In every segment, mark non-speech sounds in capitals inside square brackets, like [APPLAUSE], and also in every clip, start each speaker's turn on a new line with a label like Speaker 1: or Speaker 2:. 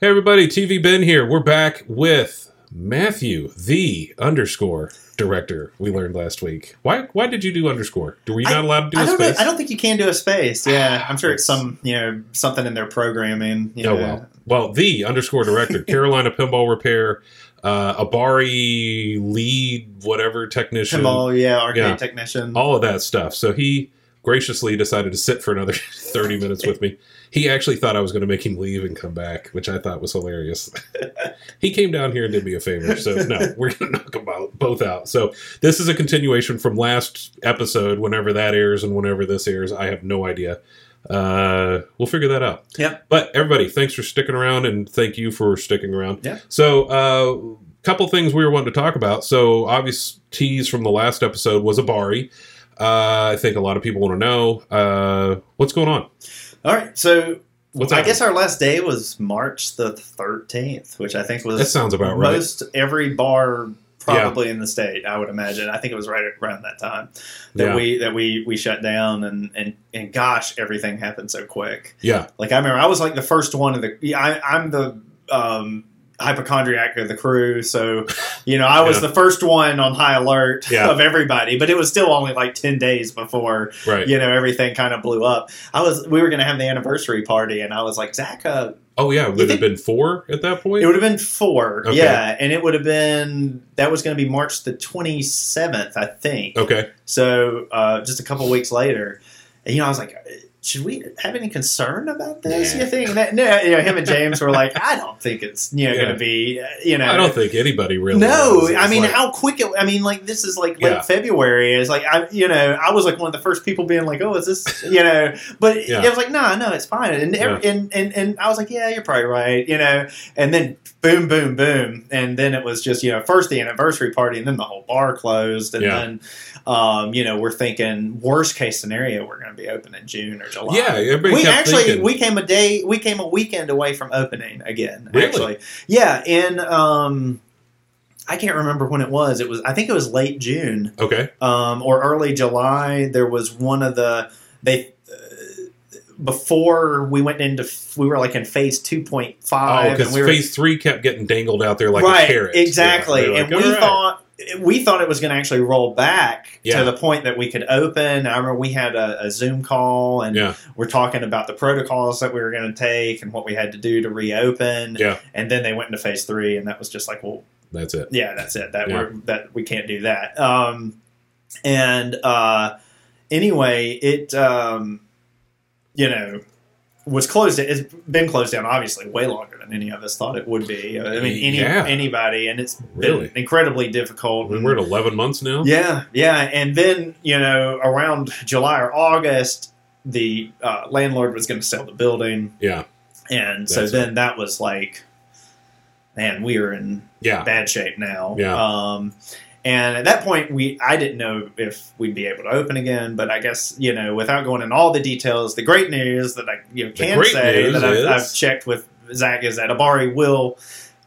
Speaker 1: Hey everybody, TV Ben here. We're back with Matthew, the underscore director. We learned last week. Why? Why did you do underscore? Were you not allowed to do
Speaker 2: I
Speaker 1: a
Speaker 2: don't,
Speaker 1: space? Ah,
Speaker 2: really- I don't think you can do a space. Yeah, I'm sure it's some you know something in their programming. You
Speaker 1: Oh
Speaker 2: know.
Speaker 1: well. Well, the underscore
Speaker 2: [LAUGHS]
Speaker 1: director, Carolina Pinball Repair, uh, Abari lead, whatever technician,
Speaker 2: Pinball, yeah, arcade
Speaker 1: Yeah.
Speaker 2: technician.
Speaker 1: all of that stuff. So he graciously decided to sit for another [LAUGHS] 30 minutes with me. He actually thought I was going to make him leave and come back, which I thought was hilarious. [LAUGHS] he came down here and did me a favor. So, no, we're going to knock them out, both out. So, this is a continuation from last episode, whenever that airs and whenever this airs. I have no idea. Uh, we'll figure that out.
Speaker 2: Yep.
Speaker 1: But, everybody, thanks for sticking around and thank you for sticking around.
Speaker 2: Yeah.
Speaker 1: So, uh, couple things we were wanting to talk about. So, obvious tease from the last episode was Abari. Uh, I think a lot of people want to know uh, what's going on.
Speaker 2: All right, so
Speaker 1: What's
Speaker 2: I
Speaker 1: happening?
Speaker 2: guess our last day was March the 13th, which I think was
Speaker 1: That sounds about right.
Speaker 2: most every bar probably in the state. I would imagine. I think it was right around that time that
Speaker 1: Yeah.
Speaker 2: we that we we shut down, and and and gosh, everything happened so quick.
Speaker 1: yeah,
Speaker 2: Like I remember, I was like the first one of the. yeah, I, I'm the um, hypochondriac of the crew, so you know I was
Speaker 1: Yeah.
Speaker 2: the first one on high alert
Speaker 1: Yeah.
Speaker 2: [LAUGHS] of everybody. But it was still only like ten days before
Speaker 1: right.
Speaker 2: you know everything kind of blew up. I was we were going to have the anniversary party, and I was like Zach, uh,
Speaker 1: Oh yeah, would it have
Speaker 2: think-
Speaker 1: been four at that point?
Speaker 2: it would have been four,
Speaker 1: Okay.
Speaker 2: yeah, and it would have been that was going to be March the twenty seventh, I think.
Speaker 1: okay.
Speaker 2: So uh, just a couple weeks later, and, you know, I was like, should we have any concern about this?
Speaker 1: Nah.
Speaker 2: You think that? No, you know, him and James were like, I don't think it's you know
Speaker 1: Yeah.
Speaker 2: going to be uh, you know.
Speaker 1: I don't think anybody really. knows.
Speaker 2: no,
Speaker 1: It's
Speaker 2: I mean
Speaker 1: like-
Speaker 2: how quick it. I mean, like this is like late
Speaker 1: Yeah.
Speaker 2: February. It's like I, you know, I was like one of the first people being like, "Oh,
Speaker 1: [LAUGHS]
Speaker 2: is this?" You know, but
Speaker 1: Yeah.
Speaker 2: it was like, "No, no, it's fine." And, every, and and and I was like, "Yeah, you're probably right," you know. And then boom, boom, boom, and then it was just you know first the anniversary party, and then the whole bar closed, and
Speaker 1: Yeah.
Speaker 2: then um, you know we're thinking worst case scenario we're going to be open in June or July.
Speaker 1: yeah, everybody
Speaker 2: We
Speaker 1: kept
Speaker 2: actually
Speaker 1: thinking,
Speaker 2: we came a day we came a weekend away from opening again.
Speaker 1: Really?
Speaker 2: Actually, yeah, and um, I can't remember when it was. It was I think it was late June
Speaker 1: okay.
Speaker 2: um, or early July. There was one of the they uh, before we went into f- we were like in phase two point
Speaker 1: Oh,
Speaker 2: five,
Speaker 1: because
Speaker 2: and we were
Speaker 1: phase three kept getting dangled out there like a carrot.
Speaker 2: Exactly.
Speaker 1: Yeah, they're
Speaker 2: and
Speaker 1: like, "All
Speaker 2: we
Speaker 1: right."
Speaker 2: thought we thought it was going to actually roll back
Speaker 1: Yeah.
Speaker 2: to the point that we could open. I remember we had a, a Zoom call and
Speaker 1: Yeah.
Speaker 2: we're talking about the protocols that we were going to take and what we had to do to reopen.
Speaker 1: Yeah.
Speaker 2: And then they went into phase three, and that was just like, well,
Speaker 1: that's it.
Speaker 2: yeah, that's it. That
Speaker 1: Yeah.
Speaker 2: we're that we can't do that. Um, and uh, anyway, it um, you know was closed. It's been closed down obviously way longer than any of us thought it would be. I mean, any
Speaker 1: Yeah.
Speaker 2: anybody, and it's been
Speaker 1: Really?
Speaker 2: incredibly difficult.
Speaker 1: We're at eleven months now.
Speaker 2: Yeah, yeah, and then you know around July or August, the uh, landlord was going to sell the building,
Speaker 1: yeah,
Speaker 2: and so
Speaker 1: That's
Speaker 2: then that was like, man, we are in
Speaker 1: yeah.
Speaker 2: bad shape now.
Speaker 1: Yeah.
Speaker 2: Um, and at that point, we I didn't know if we'd be able to open again, but I guess you know, without going in all the details, the great news that I you know, can
Speaker 1: great
Speaker 2: say
Speaker 1: news
Speaker 2: that I've,
Speaker 1: is-
Speaker 2: I've checked with Zach is that Abari will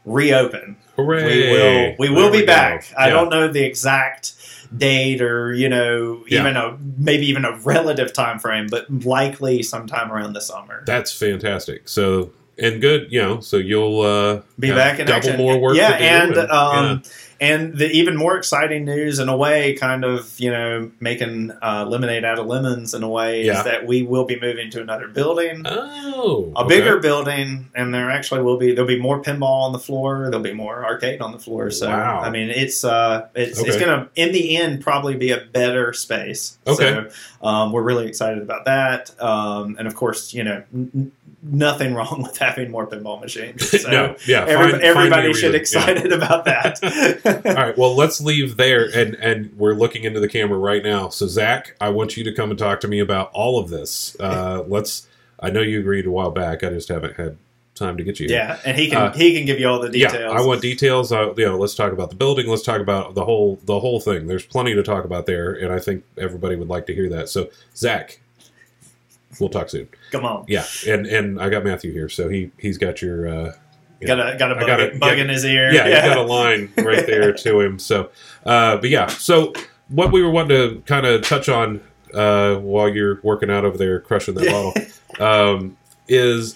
Speaker 2: reopen.
Speaker 1: Hooray!
Speaker 2: We will we
Speaker 1: There
Speaker 2: will be
Speaker 1: go.
Speaker 2: back. I
Speaker 1: Yeah.
Speaker 2: don't know the exact date or you know
Speaker 1: Yeah.
Speaker 2: even a maybe even a relative time frame, but likely sometime around the summer.
Speaker 1: That's fantastic. So and good, you know. So you'll uh,
Speaker 2: be
Speaker 1: have
Speaker 2: back in
Speaker 1: double
Speaker 2: action.
Speaker 1: more work.
Speaker 2: Yeah,
Speaker 1: to do
Speaker 2: and,
Speaker 1: and-
Speaker 2: um, and the even more exciting news in a way, kind of you know making uh, lemonade out of lemons in a way
Speaker 1: Yeah.
Speaker 2: is that we will be moving to another building.
Speaker 1: Oh,
Speaker 2: a
Speaker 1: okay.
Speaker 2: bigger building, and there actually will be there'll be more pinball on the floor. There'll be more arcade on the floor. So
Speaker 1: Wow.
Speaker 2: I mean, it's uh, it's it's
Speaker 1: Okay.
Speaker 2: gonna in the end probably be a better space.
Speaker 1: Okay.
Speaker 2: So um, we're really excited about that. Um, and of course, you know, n- n- nothing [LAUGHS] wrong with having more pinball machines.
Speaker 1: [LAUGHS]
Speaker 2: So
Speaker 1: no, yeah.
Speaker 2: every-
Speaker 1: find- find
Speaker 2: everybody
Speaker 1: your
Speaker 2: should
Speaker 1: reason. Yeah.
Speaker 2: excited [LAUGHS]
Speaker 1: [LAUGHS]
Speaker 2: about that.
Speaker 1: All right. Well, let's leave there, and and we're looking into the camera right now. So Zach, I want you to come and talk to me about all of this.
Speaker 2: [LAUGHS]
Speaker 1: Uh, let's. I know you agreed a while back. I just haven't had time to get you. here.
Speaker 2: yeah, and he can
Speaker 1: Uh,
Speaker 2: he can give you all the details.
Speaker 1: Yeah, I want details. I, you know, let's talk about the building. Let's talk about the whole the whole thing. There's plenty to talk about there, and I think everybody would like to hear that. So, Zach, we'll talk soon.
Speaker 2: Come on,
Speaker 1: Yeah, and and I got Matthew here, so he he's got your uh, Yeah.
Speaker 2: got a got a
Speaker 1: I
Speaker 2: bug,
Speaker 1: got it.
Speaker 2: bug
Speaker 1: Yeah.
Speaker 2: in his ear.
Speaker 1: yeah, he's got a line right there to him. So, uh, but yeah, so what we were wanting to kind of touch on uh,
Speaker 2: [LAUGHS]
Speaker 1: while you're working out over there, crushing that bottle, um, is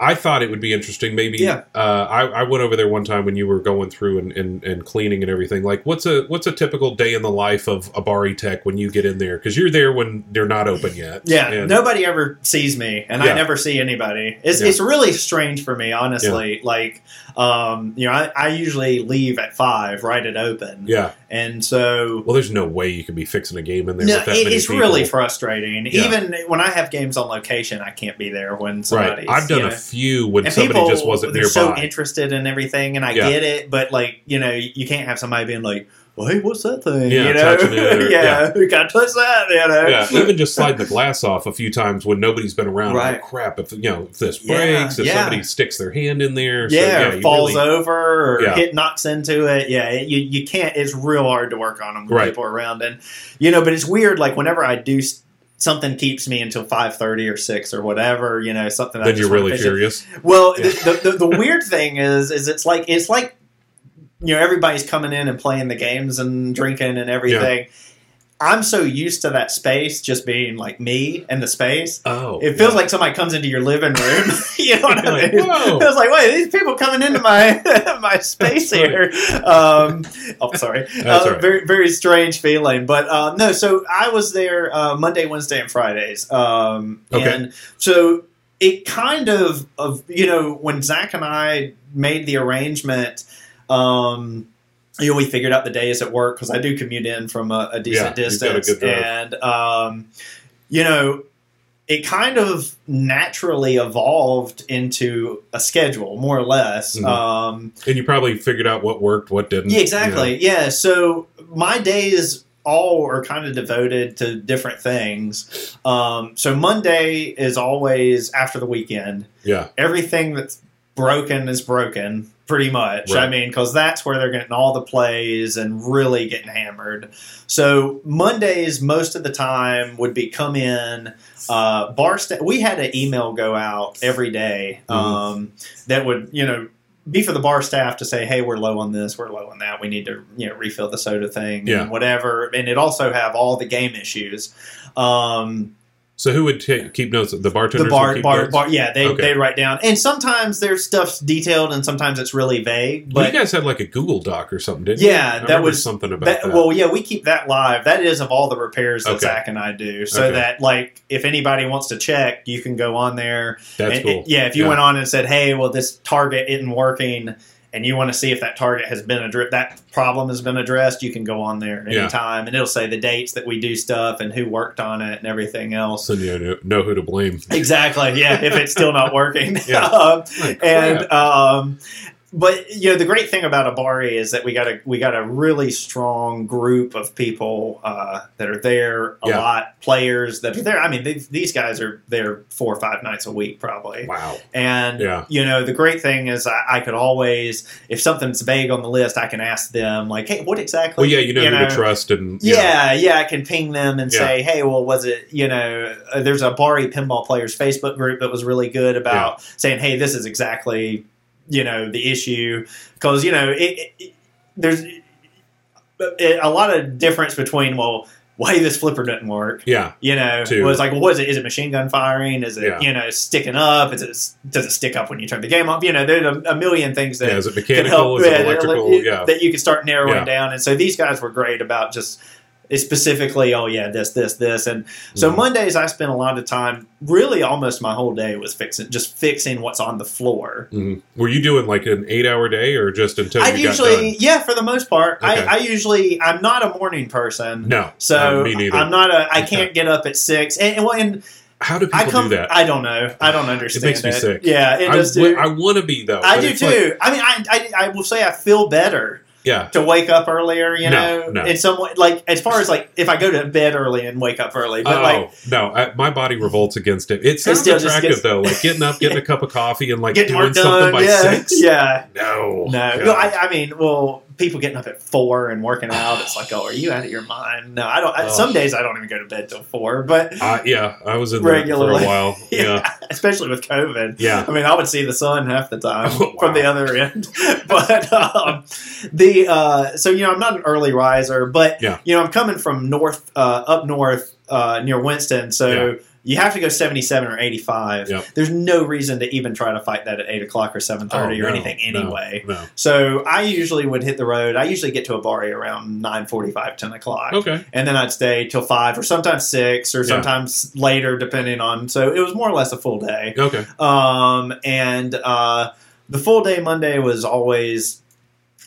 Speaker 1: I thought it would be interesting. Maybe
Speaker 2: Yeah.
Speaker 1: uh, I, I went over there one time when you were going through and, and, and cleaning and everything. Like, what's a what's a typical day in the life of a Bari Tech when you get in there? Because you're there when they're not open yet.
Speaker 2: [LAUGHS] Yeah,
Speaker 1: And-
Speaker 2: nobody ever sees me, and
Speaker 1: Yeah.
Speaker 2: I never see anybody. It's,
Speaker 1: Yeah.
Speaker 2: it's really strange for me, honestly. Like, um, you know, I, I usually leave at five, right at open,
Speaker 1: Yeah.
Speaker 2: and so
Speaker 1: Well, there's no way you can be fixing a game in there.
Speaker 2: no,
Speaker 1: with that
Speaker 2: it,
Speaker 1: many
Speaker 2: it's
Speaker 1: people.
Speaker 2: really frustrating.
Speaker 1: Yeah.
Speaker 2: Even when I have games on location, I can't be there when
Speaker 1: right.
Speaker 2: somebody's.
Speaker 1: I've done
Speaker 2: you
Speaker 1: a
Speaker 2: know.
Speaker 1: few when
Speaker 2: and
Speaker 1: somebody
Speaker 2: people
Speaker 1: just wasn't
Speaker 2: they're
Speaker 1: nearby.
Speaker 2: so interested in everything, and I
Speaker 1: Yeah.
Speaker 2: get it, but like you know, you can't have somebody being like, "Well, hey, what's that thing?"
Speaker 1: Yeah,
Speaker 2: you know,
Speaker 1: touching it or-
Speaker 2: [LAUGHS] yeah, who can touch that? You know,
Speaker 1: yeah, even just sliding the glass off a few times when nobody's been around.
Speaker 2: Right.
Speaker 1: Like, crap, if you know if this
Speaker 2: Yeah,
Speaker 1: breaks, if
Speaker 2: yeah.
Speaker 1: somebody sticks their hand in there, so,
Speaker 2: yeah, or
Speaker 1: you
Speaker 2: falls
Speaker 1: really-
Speaker 2: over or
Speaker 1: Yeah.
Speaker 2: hit knocks into it. Yeah, it, you you can't. It's real hard to work on them when
Speaker 1: Right.
Speaker 2: people are around, and you know. But it's weird. Like whenever I do. s- Something keeps me until five thirty or six or whatever, you know. Something I
Speaker 1: Then
Speaker 2: just
Speaker 1: you're
Speaker 2: wanna
Speaker 1: really
Speaker 2: finish it.
Speaker 1: furious.
Speaker 2: Well,
Speaker 1: Yeah.
Speaker 2: the, the, the weird thing is, is it's like it's like you know everybody's coming in and playing the games and drinking and everything. I'm so used to that space just being like me and the space.
Speaker 1: Oh,
Speaker 2: It feels like somebody comes into your living room. [LAUGHS] you know what
Speaker 1: You're
Speaker 2: I
Speaker 1: like,
Speaker 2: mean?
Speaker 1: "Whoa."
Speaker 2: It was like, wait, these people coming into my my [LAUGHS] space
Speaker 1: That's
Speaker 2: here. Um, oh, sorry.
Speaker 1: That's
Speaker 2: Uh,
Speaker 1: all right.
Speaker 2: Very very strange feeling. But uh, no, so I was there uh, Monday, Wednesday, and Fridays. Um,
Speaker 1: Okay.
Speaker 2: And so it kind of of you know when Zach and I made the arrangement. Um, you know, we figured out the days at work because I do commute in from a, a decent
Speaker 1: Yeah, you've got a
Speaker 2: distance,
Speaker 1: good drive.
Speaker 2: and um, you know, it kind of naturally evolved into a schedule, more or less.
Speaker 1: Mhm.
Speaker 2: Um,
Speaker 1: and you probably figured out what worked, what didn't.
Speaker 2: yeah, exactly. Yeah. So my days all are kind of devoted to different things. Um, so Monday is always after the weekend.
Speaker 1: you know?
Speaker 2: Everything that's broken is broken, pretty much.
Speaker 1: Right.
Speaker 2: I mean, because that's where they're getting all the plays and really getting hammered. So Mondays, most of the time, would be come in uh, bar sta we had an email go out every day
Speaker 1: Mm-hmm.
Speaker 2: um, that would you know be for the bar staff to say hey we're low on this we're low on that we need to you know refill the soda thing
Speaker 1: Yeah.
Speaker 2: and whatever and it also have all the game issues um,
Speaker 1: So who would ta- keep notes? The bartenders.
Speaker 2: the
Speaker 1: would
Speaker 2: bar
Speaker 1: keep
Speaker 2: bar,
Speaker 1: notes?
Speaker 2: bar yeah they,
Speaker 1: Okay.
Speaker 2: they write down and sometimes their stuff's detailed and sometimes it's really vague
Speaker 1: Well,
Speaker 2: but
Speaker 1: you guys had like a Google Doc or something, didn't you? I
Speaker 2: yeah that
Speaker 1: remember
Speaker 2: was
Speaker 1: something about that.
Speaker 2: that, well yeah we keep that live that is of all the repairs that
Speaker 1: Okay.
Speaker 2: zach and i do so
Speaker 1: Okay.
Speaker 2: that like if anybody wants to check you can go on there
Speaker 1: That's
Speaker 2: and-
Speaker 1: cool.
Speaker 2: and- yeah if you
Speaker 1: Yeah.
Speaker 2: went on and said hey well this target isn't working and you want to see if that target has been addressed that problem has been addressed you can go on there
Speaker 1: Yeah.
Speaker 2: anytime and it'll say the dates that we do stuff and who worked on it and everything else
Speaker 1: so you know, know who to blame. [LAUGHS]
Speaker 2: exactly yeah if it's still not working
Speaker 1: Oh, Yeah.
Speaker 2: [LAUGHS] um,
Speaker 1: Like, crap.
Speaker 2: and um, but you know the great thing about Abari is that we got a we got a really strong group of people uh, that are there a
Speaker 1: Yeah.
Speaker 2: lot players that are there. I mean these these guys are there four or five nights a week probably,
Speaker 1: wow.
Speaker 2: and
Speaker 1: Yeah.
Speaker 2: you know the great thing is I, I could always if something's vague on the list I can ask them like hey what exactly
Speaker 1: Well, yeah, you know who to trust, and
Speaker 2: yeah, yeah, I can ping them and
Speaker 1: Yeah.
Speaker 2: say, "Hey, well, was it you know?" uh, There's a Bari pinball players Facebook group that was really good about saying, "Hey, this is exactly you know the issue," because you know it, it, there's it, a lot of difference between well, why this flipper doesn't work.
Speaker 1: yeah,
Speaker 2: You know,
Speaker 1: Two.
Speaker 2: was like, well, what is it? Is it machine gun firing? Is it
Speaker 1: Yeah.
Speaker 2: you know sticking up? Is it does it stick up when you turn the game off? You know, there's a, a million things
Speaker 1: yeah.
Speaker 2: that
Speaker 1: Is it
Speaker 2: can
Speaker 1: mechanical?
Speaker 2: help
Speaker 1: Is it
Speaker 2: yeah,
Speaker 1: electrical?
Speaker 2: that-
Speaker 1: yeah,
Speaker 2: that you can start narrowing
Speaker 1: Yeah.
Speaker 2: down. And so these guys were great about just specifically, oh yeah, this, this, this, and so
Speaker 1: Mhm.
Speaker 2: Mondays I spent a lot of time. Really, almost my whole day was fixing, just fixing what's on the floor.
Speaker 1: Mhm. Were you doing like an eight-hour day, or just until
Speaker 2: I
Speaker 1: you
Speaker 2: usually,
Speaker 1: got
Speaker 2: yeah, for the most part,
Speaker 1: Okay.
Speaker 2: I, I usually I'm not a morning
Speaker 1: done?
Speaker 2: person.
Speaker 1: No,
Speaker 2: So
Speaker 1: uh, me neither.
Speaker 2: I'm not a. I can't get up at six, and, and, well, and
Speaker 1: How do people
Speaker 2: I come.
Speaker 1: do that?
Speaker 2: I don't know. I don't understand.
Speaker 1: makes me
Speaker 2: it.
Speaker 1: sick.
Speaker 2: Yeah, it
Speaker 1: I
Speaker 2: does.
Speaker 1: w-
Speaker 2: do.
Speaker 1: I want to be though.
Speaker 2: I
Speaker 1: but
Speaker 2: do
Speaker 1: it's like-
Speaker 2: too. I mean, I, I I will say I feel better
Speaker 1: yeah,
Speaker 2: to wake up earlier, you
Speaker 1: No, no.
Speaker 2: know, in some way. Like as far as like if I go to bed early and wake up early, but
Speaker 1: oh,
Speaker 2: like
Speaker 1: no, I, my body revolts against it. It sounds
Speaker 2: still just
Speaker 1: attractive
Speaker 2: gets-
Speaker 1: though, like getting up,
Speaker 2: [LAUGHS]
Speaker 1: getting a cup of coffee, and like
Speaker 2: getting
Speaker 1: doing
Speaker 2: work
Speaker 1: something
Speaker 2: done,
Speaker 1: by
Speaker 2: yeah,
Speaker 1: six.
Speaker 2: [LAUGHS] yeah,
Speaker 1: No,
Speaker 2: no,
Speaker 1: God.
Speaker 2: no I, I mean, well, people getting up at four and working out, it's like, oh, are you out of your mind? No, I don't. I,
Speaker 1: Oh.
Speaker 2: Some days I don't even go to bed till four, but
Speaker 1: Uh, yeah, I was in there for a
Speaker 2: Regularly.
Speaker 1: while. Yeah,
Speaker 2: [LAUGHS] especially with COVID.
Speaker 1: yeah,
Speaker 2: [LAUGHS] I mean, I would see the sun half the
Speaker 1: [LAUGHS]
Speaker 2: time
Speaker 1: Oh, wow.
Speaker 2: from the other end, [LAUGHS] but um, the uh, so you know I'm not an early riser, but
Speaker 1: Yeah.
Speaker 2: you know I'm coming from north uh, up north uh, near Winston, so You have to go seventy-seven or eighty-five.
Speaker 1: Yep.
Speaker 2: There's no reason to even try to fight that at eight o'clock or seven thirty
Speaker 1: Oh,
Speaker 2: or
Speaker 1: no,
Speaker 2: anything
Speaker 1: no,
Speaker 2: anyway.
Speaker 1: No.
Speaker 2: So I usually would hit the road. I usually get to a bar around 9.45, 10 o'clock.
Speaker 1: Okay.
Speaker 2: And then I'd stay till 5 or sometimes 6 or
Speaker 1: Oh. Yeah.
Speaker 2: sometimes later, depending on. So it was more or less a full day.
Speaker 1: Okay.
Speaker 2: Um, and uh, the full day Monday was always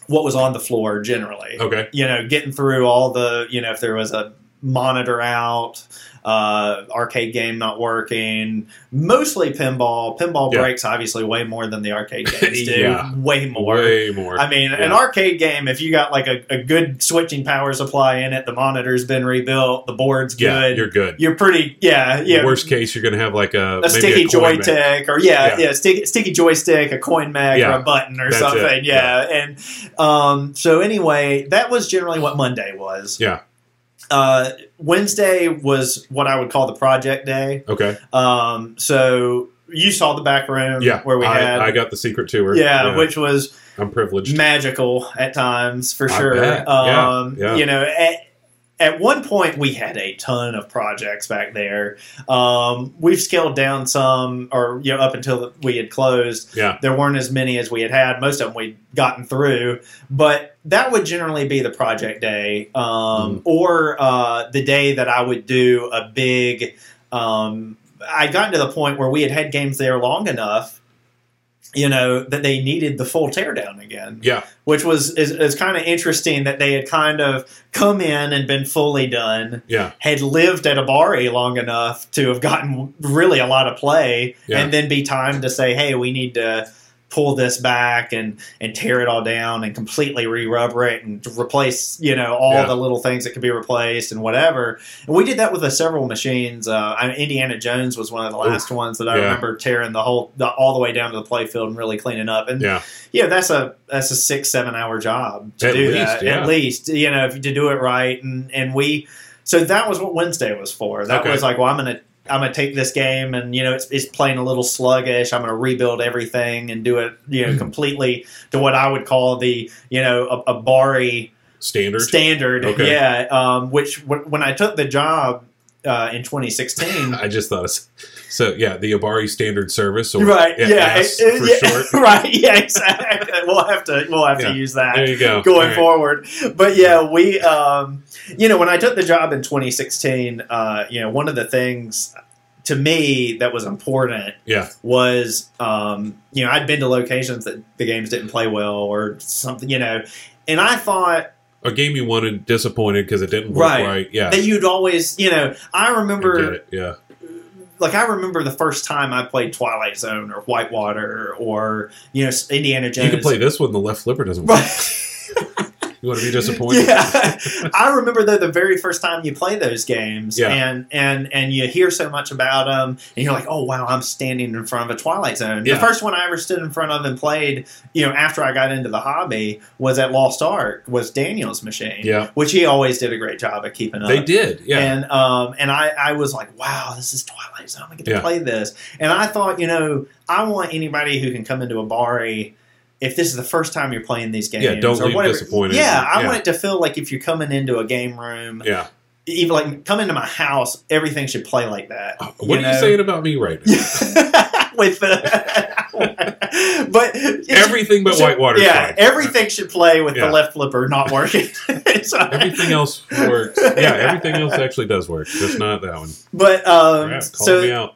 Speaker 2: what was on the floor generally.
Speaker 1: Okay.
Speaker 2: You know, getting through all the, you know, if there was a monitor out, uh, arcade game not working, mostly pinball. Pinball
Speaker 1: Yeah.
Speaker 2: breaks obviously way more than the
Speaker 1: [LAUGHS]
Speaker 2: arcade games do.
Speaker 1: Yeah.
Speaker 2: Way more.
Speaker 1: Way more.
Speaker 2: I mean, an
Speaker 1: Yeah.
Speaker 2: arcade game, if you got like a, a good switching power supply in it, the monitor's been rebuilt, the board's
Speaker 1: yeah,
Speaker 2: good.
Speaker 1: you're good.
Speaker 2: You're pretty, yeah, yeah.
Speaker 1: Worst case, you're gonna have like a,
Speaker 2: a
Speaker 1: maybe
Speaker 2: sticky
Speaker 1: a coin mag.
Speaker 2: joystick, or yeah,
Speaker 1: Yeah.
Speaker 2: yeah, stick, sticky joystick, a coin mag,
Speaker 1: Yeah.
Speaker 2: or a button, or
Speaker 1: That's it.
Speaker 2: something. Yeah. and um, so anyway, that was generally what Monday was.
Speaker 1: Yeah.
Speaker 2: Uh, Wednesday was what I would call the project day.
Speaker 1: Okay.
Speaker 2: Um, so you saw the back room,
Speaker 1: Yeah.
Speaker 2: where we
Speaker 1: I,
Speaker 2: had,
Speaker 1: I got the secret tour.
Speaker 2: yeah, which was
Speaker 1: I'm privileged.
Speaker 2: magical at times for
Speaker 1: I
Speaker 2: sure.
Speaker 1: bet. Yeah,
Speaker 2: Um,
Speaker 1: yeah.
Speaker 2: You know, at, at one point we had a ton of projects back there. Um, we've scaled down some, or you know, up until we had closed.
Speaker 1: Yeah.
Speaker 2: There weren't as many as we had had. Most of them we'd gotten through, but that would generally be the project day, um,
Speaker 1: Mm.
Speaker 2: or uh, the day that I would do a big. Um, I'd gotten to the point where we had had games there long enough, you know, that they needed the full teardown again
Speaker 1: Yeah.
Speaker 2: which was is, is kind of interesting that they had kind of come in and been fully done
Speaker 1: Yeah.
Speaker 2: had lived at Abari long enough to have gotten really a lot of play
Speaker 1: Yeah.
Speaker 2: and then be timed to say hey we need to pull this back and and tear it all down and completely re-rubber it and to replace you know all
Speaker 1: Yeah.
Speaker 2: the little things that could be replaced and whatever and we did that with uh, several machines uh, I mean, Indiana Jones was one of the
Speaker 1: Oof.
Speaker 2: last ones that I
Speaker 1: Yeah.
Speaker 2: remember tearing the whole the, all the way down to the playfield and really cleaning up and
Speaker 1: Yeah.
Speaker 2: yeah, that's a that's a six seven hour job to
Speaker 1: At
Speaker 2: do
Speaker 1: least,
Speaker 2: that
Speaker 1: yeah.
Speaker 2: at least you know if you to do it right and and we so that was what Wednesday was for that
Speaker 1: Okay.
Speaker 2: was like well I'm gonna I'm gonna take this game and you know it's it's playing a little sluggish I'm gonna rebuild everything and do it you
Speaker 1: Hmm.
Speaker 2: know completely to what I would call the you know a, a Bari
Speaker 1: Standard.
Speaker 2: standard
Speaker 1: Okay.
Speaker 2: yeah um, which w- when I took the job uh, in
Speaker 1: [LAUGHS]
Speaker 2: 2016
Speaker 1: I just thought it's so. Yeah, the Abari Standard Service, or
Speaker 2: right yeah,
Speaker 1: AS
Speaker 2: it-
Speaker 1: for
Speaker 2: [LAUGHS] yeah,
Speaker 1: short.
Speaker 2: right yeah exactly we'll have to we'll have
Speaker 1: Yeah.
Speaker 2: to use that
Speaker 1: There you [LAUGHS] go.
Speaker 2: going
Speaker 1: All right.
Speaker 2: forward. But yeah, we, um, you know, when I took the job in 2016, uh, you know, one of the things to me that was important
Speaker 1: Yeah.
Speaker 2: was, um, you know, I'd been to locations that the games didn't play well or something, you know, and I thought
Speaker 1: A game you wanted, disappointed because it didn't work
Speaker 2: Right.
Speaker 1: right. Yeah.
Speaker 2: that you'd always, you know, I
Speaker 1: I
Speaker 2: remember
Speaker 1: get it. Yeah.
Speaker 2: like I remember the first time I played Twilight Zone or Whitewater or you know Indiana Jones.
Speaker 1: You can play this one. The left flipper doesn't
Speaker 2: [LAUGHS]
Speaker 1: work.
Speaker 2: Right.
Speaker 1: You
Speaker 2: [LAUGHS]
Speaker 1: want to be disappointed?
Speaker 2: Yeah, [LAUGHS] I remember though the very first time you play those games,
Speaker 1: Yeah.
Speaker 2: and and and you hear so much about them, and you're like, oh wow, I'm standing in front of a Twilight Zone.
Speaker 1: Yeah.
Speaker 2: The first one I ever stood in front of and played, you know, after I got into the hobby was at Lost Ark, was Daniel's machine,
Speaker 1: Yeah.
Speaker 2: which he always did a great job at keeping up.
Speaker 1: They did. Yeah.
Speaker 2: And um, and I, I was like, wow, this is Twilight Zone. I get to
Speaker 1: Yeah.
Speaker 2: play this. And I thought, you know, I want anybody who can come into a bari, if this is the first time you're playing these games,
Speaker 1: Yeah, don't
Speaker 2: or
Speaker 1: leave
Speaker 2: whatever.
Speaker 1: disappointed.
Speaker 2: Yeah, I
Speaker 1: Yeah.
Speaker 2: want it to feel like if you're coming into a game room,
Speaker 1: yeah.
Speaker 2: even like come into my house, everything should play
Speaker 1: [LAUGHS]
Speaker 2: like that.
Speaker 1: Uh, What are you
Speaker 2: know?
Speaker 1: saying about me right now?
Speaker 2: With the, but
Speaker 1: Everything but
Speaker 2: so-
Speaker 1: Whitewater.
Speaker 2: Yeah,
Speaker 1: fine.
Speaker 2: everything should play with
Speaker 1: Yeah.
Speaker 2: the left flipper not working. [LAUGHS] So-
Speaker 1: Everything else
Speaker 2: [LAUGHS]
Speaker 1: works. Yeah, everything else actually does work. Just not that one.
Speaker 2: but um,
Speaker 1: Crap, call
Speaker 2: so
Speaker 1: me out.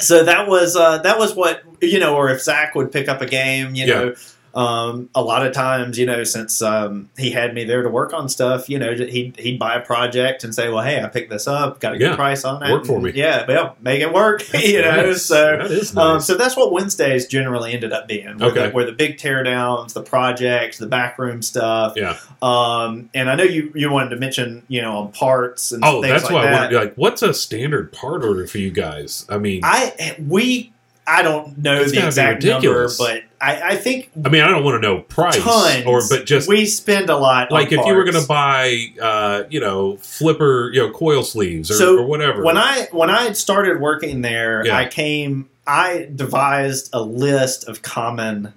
Speaker 2: so that was uh, that was what you know or if zach would pick up a game you
Speaker 1: Yeah.
Speaker 2: know um, a lot of times you know since um, he had me there to work on stuff you know he'd, he'd buy a project and say well hey i picked this up got a good
Speaker 1: Yeah.
Speaker 2: price on it
Speaker 1: Work for
Speaker 2: and,
Speaker 1: me.
Speaker 2: yeah well make it work [LAUGHS] you know
Speaker 1: Nice.
Speaker 2: so
Speaker 1: that is
Speaker 2: um,
Speaker 1: nice.
Speaker 2: so that's what Wednesdays generally ended up being. Where
Speaker 1: Okay.
Speaker 2: The, where the big teardowns, the projects, the backroom stuff.
Speaker 1: Yeah.
Speaker 2: Um, and I know you, you wanted to mention, you know, on parts and
Speaker 1: oh,
Speaker 2: things
Speaker 1: that's
Speaker 2: like
Speaker 1: why I
Speaker 2: that.
Speaker 1: want to be like, what's a standard part order for you guys? I mean, I,
Speaker 2: I we I don't know
Speaker 1: It's gotta
Speaker 2: the
Speaker 1: be
Speaker 2: exact number,
Speaker 1: ridiculous.
Speaker 2: but I, I think
Speaker 1: mean, I don't want to know price
Speaker 2: tons
Speaker 1: or, but just
Speaker 2: we spend a lot. on
Speaker 1: like if you were
Speaker 2: parts.
Speaker 1: going to buy, uh, you know, flipper, you know, coil sleeves or,
Speaker 2: So,
Speaker 1: or whatever.
Speaker 2: when I when I had started working there,
Speaker 1: Yeah.
Speaker 2: I came I devised a list of common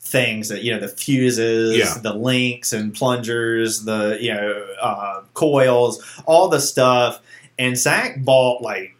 Speaker 2: things that you know the fuses,
Speaker 1: Yeah.
Speaker 2: the links and plungers, the you know uh, coils, all the stuff. And Zach bought like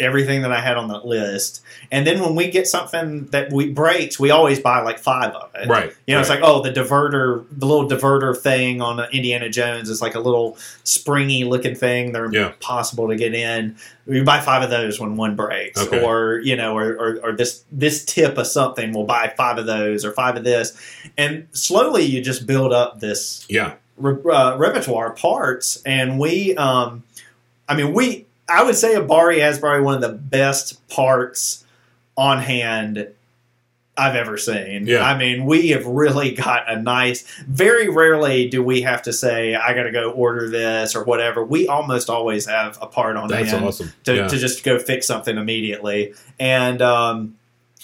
Speaker 2: everything that I had on that list. And then when we get something that we breaks, we always buy like five of it.
Speaker 1: Right.
Speaker 2: You know, it's
Speaker 1: right.
Speaker 2: like oh, the diverter, the little diverter thing on Indiana Jones is like a little springy looking thing. They're
Speaker 1: Yeah.
Speaker 2: impossible to get in. We buy five of those when one breaks,
Speaker 1: Okay.
Speaker 2: or you know, or, or or this this tip of something. We'll buy five of those or five of this, and slowly you just build up this
Speaker 1: yeah.
Speaker 2: re- uh, repertoire parts, and we, um, I mean, we, I would say Abari has probably one of the best parts on hand I've ever seen.
Speaker 1: Yeah.
Speaker 2: I mean, we have really got a nice. Very rarely do we have to say I got to go order this or whatever. We almost always have a part on
Speaker 1: That's
Speaker 2: hand
Speaker 1: awesome.
Speaker 2: to,
Speaker 1: yeah.
Speaker 2: to just go fix something immediately. And um,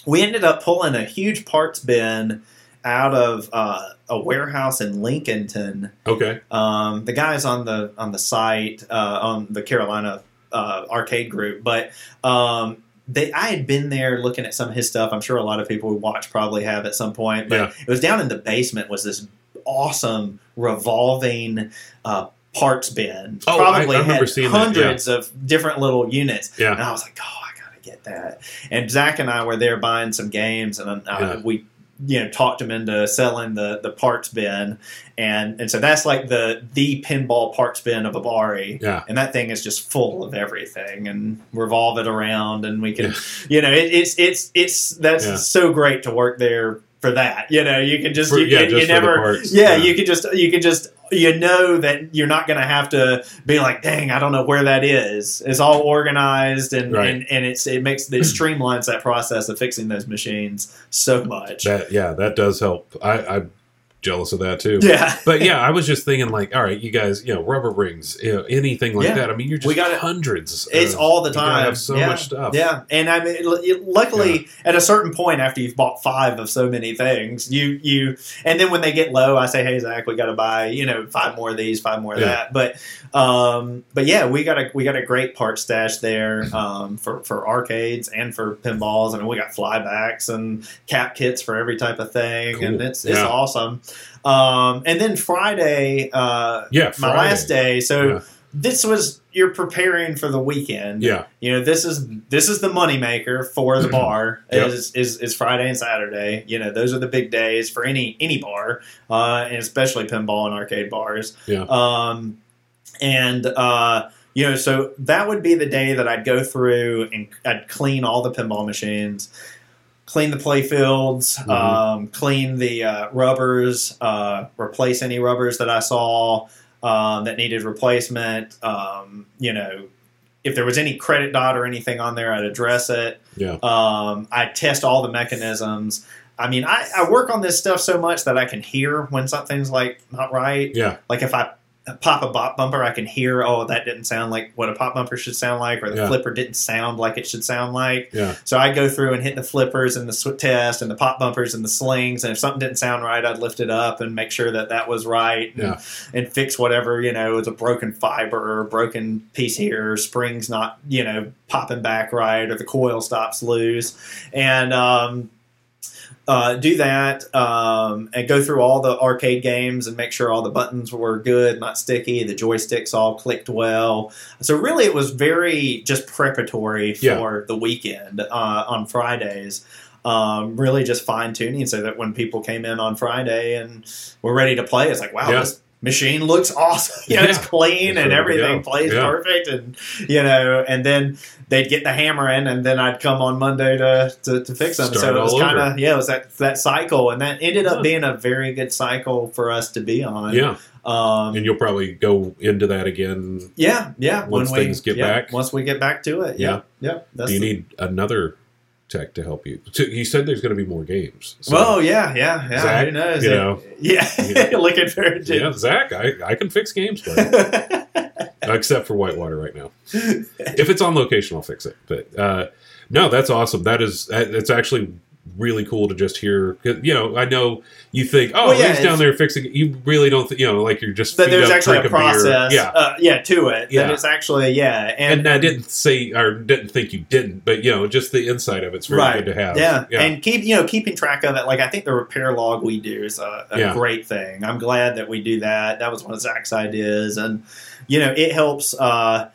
Speaker 2: we ended up pulling a huge parts bin out of uh, a warehouse in Lincolnton.
Speaker 1: okay.
Speaker 2: Um, the guys on the on the site uh, on the Carolina uh, arcade group, but um, they I had been there looking at some of his stuff. I'm sure a lot of people who watch probably have at some point. But
Speaker 1: Yeah.
Speaker 2: it was down in the basement was this awesome revolving uh, parts bin.
Speaker 1: Oh, I-
Speaker 2: probably
Speaker 1: I remember
Speaker 2: had
Speaker 1: seeing that,
Speaker 2: hundreds of different little units.
Speaker 1: Yeah.
Speaker 2: And I was like, oh, I gotta get that. And Zach and I were there buying some games, and I,
Speaker 1: Yeah.
Speaker 2: we, you know, talked him into selling the the parts bin, and and so that's like the the pinball parts bin of Abari.
Speaker 1: Yeah.
Speaker 2: And that thing is just full of everything, and revolve it around, and we can, you know, it, it's it's it's that's
Speaker 1: Yeah.
Speaker 2: so great to work there for that. You know, you can just
Speaker 1: For-
Speaker 2: you,
Speaker 1: yeah,
Speaker 2: can,
Speaker 1: just
Speaker 2: you
Speaker 1: for
Speaker 2: never
Speaker 1: the parts.
Speaker 2: yeah, you could just you could just you know that you're not gonna have to be like, dang, I don't know where that is. It's all organized and
Speaker 1: Right.
Speaker 2: and, and it's it makes it streamlines that process of fixing those machines so much.
Speaker 1: that yeah, that does help. I, I'm jealous of that too.
Speaker 2: yeah.
Speaker 1: But yeah, I was just thinking like, all right, you guys, you know, rubber rings, you know, anything like
Speaker 2: Yeah.
Speaker 1: that. I mean, you're just
Speaker 2: We got-
Speaker 1: hundreds.
Speaker 2: It's
Speaker 1: of-
Speaker 2: all the
Speaker 1: you gotta
Speaker 2: time.
Speaker 1: Have so
Speaker 2: yeah.
Speaker 1: much stuff.
Speaker 2: Yeah, and I mean, l- you- luckily, at a certain point after you've bought five of so many things, you you, and then when they get low, I say, "Hey Zach, we got to buy you know five more of these, five more of
Speaker 1: Yeah.
Speaker 2: that." But um, but yeah, we got a we got a great part stash
Speaker 1: [LAUGHS]
Speaker 2: there um, for for arcades and for pinballs. I mean, we got flybacks and cap kits for every type of thing, and
Speaker 1: Cool.
Speaker 2: it's it's
Speaker 1: Yeah.
Speaker 2: awesome. Um, and then Friday, uh,
Speaker 1: Yeah.
Speaker 2: my
Speaker 1: Friday.
Speaker 2: last day, so.
Speaker 1: Yeah.
Speaker 2: This was you're preparing for the weekend
Speaker 1: Yeah.
Speaker 2: you know this is this is the moneymaker for
Speaker 1: [CLEARS THROAT]
Speaker 2: the bar
Speaker 1: Yep.
Speaker 2: is, is is friday and saturday you know those are the big days for any any bar uh and especially pinball and arcade bars
Speaker 1: Yeah.
Speaker 2: um and uh you know so that would be the day that i'd go through and i'd clean all the pinball machines clean the play fields
Speaker 1: Mhm.
Speaker 2: um, clean the uh, rubbers uh, replace any rubbers that i saw um, that needed replacement um, you know if there was any credit dot or anything on there, I'd address it.
Speaker 1: Yeah.
Speaker 2: Um, I test all the mechanisms. I mean, I, I work on this stuff so much that I can hear when something's like not right.
Speaker 1: Yeah.
Speaker 2: Like if I pop a bop bumper, I can hear, oh, that didn't sound like what a pop bumper should sound like, or the
Speaker 1: Yeah.
Speaker 2: flipper didn't sound like it should sound like.
Speaker 1: Yeah.
Speaker 2: So I go through and hit the flippers and the sw- test and the pop bumpers and the slings, and if something didn't sound right, I'd lift it up and make sure that that was right. and-
Speaker 1: Yeah.
Speaker 2: and fix whatever you know is a broken fiber or a broken piece here or springs not you know popping back right or the coil stops loose and um, uh, do that um, and go through all the arcade games and make sure all the buttons were good not sticky the joysticks all clicked well so really it was very just preparatory for
Speaker 1: Yeah.
Speaker 2: the weekend uh, on fridays um, really just fine tuning so that when people came in on Friday and were ready to play, it's like, wow,
Speaker 1: Yeah.
Speaker 2: this machine looks awesome. [LAUGHS] you know, it's
Speaker 1: Yeah.
Speaker 2: clean
Speaker 1: It's
Speaker 2: and
Speaker 1: ready to
Speaker 2: everything
Speaker 1: go.
Speaker 2: plays
Speaker 1: Yeah.
Speaker 2: perfect. And, you know, and then they'd get the hammer in and then I'd come on Monday to, to, to fix them.
Speaker 1: Start
Speaker 2: so it was
Speaker 1: all over.
Speaker 2: kind of, yeah, it was that, that cycle. And that ended up
Speaker 1: Yeah.
Speaker 2: being a very good cycle for us to be on.
Speaker 1: Yeah.
Speaker 2: Um,
Speaker 1: And you'll probably go into that again.
Speaker 2: yeah, yeah.
Speaker 1: Once things get
Speaker 2: yeah,
Speaker 1: back.
Speaker 2: once we get back to it, yeah, yeah. That's
Speaker 1: Do you need another tech to help you? So you said there's going to be more games. So,
Speaker 2: well, yeah, yeah, yeah.
Speaker 1: Zach,
Speaker 2: Who knows?
Speaker 1: you know.
Speaker 2: [LAUGHS] yeah,
Speaker 1: Yeah.
Speaker 2: [LAUGHS] looking for it.
Speaker 1: yeah, Zach, I, I can fix games, but
Speaker 2: [LAUGHS]
Speaker 1: except for Whitewater right now. If it's on location, I'll fix it. But uh, no, that's awesome. That is, that- it's actually really cool to just hear. 'cause, You know, I know you think, oh,
Speaker 2: Well, yeah,
Speaker 1: he's down there fixing. it. You really don't, th- you know, like you're just
Speaker 2: that
Speaker 1: you
Speaker 2: there's
Speaker 1: know,
Speaker 2: actually a
Speaker 1: drink beer.
Speaker 2: process,
Speaker 1: Yeah,
Speaker 2: uh, yeah, to it.
Speaker 1: Yeah.
Speaker 2: That it's actually, yeah, and,
Speaker 1: and, I didn't say or didn't think you didn't, but you know, just the insight of it's very
Speaker 2: Right.
Speaker 1: good to have.
Speaker 2: yeah,
Speaker 1: yeah,
Speaker 2: and keep you know keeping track of it. Like I think the repair log we do is a, a
Speaker 1: Yeah.
Speaker 2: great thing. I'm glad that we do that. That was one of Zach's ideas, and you know it helps. Uh,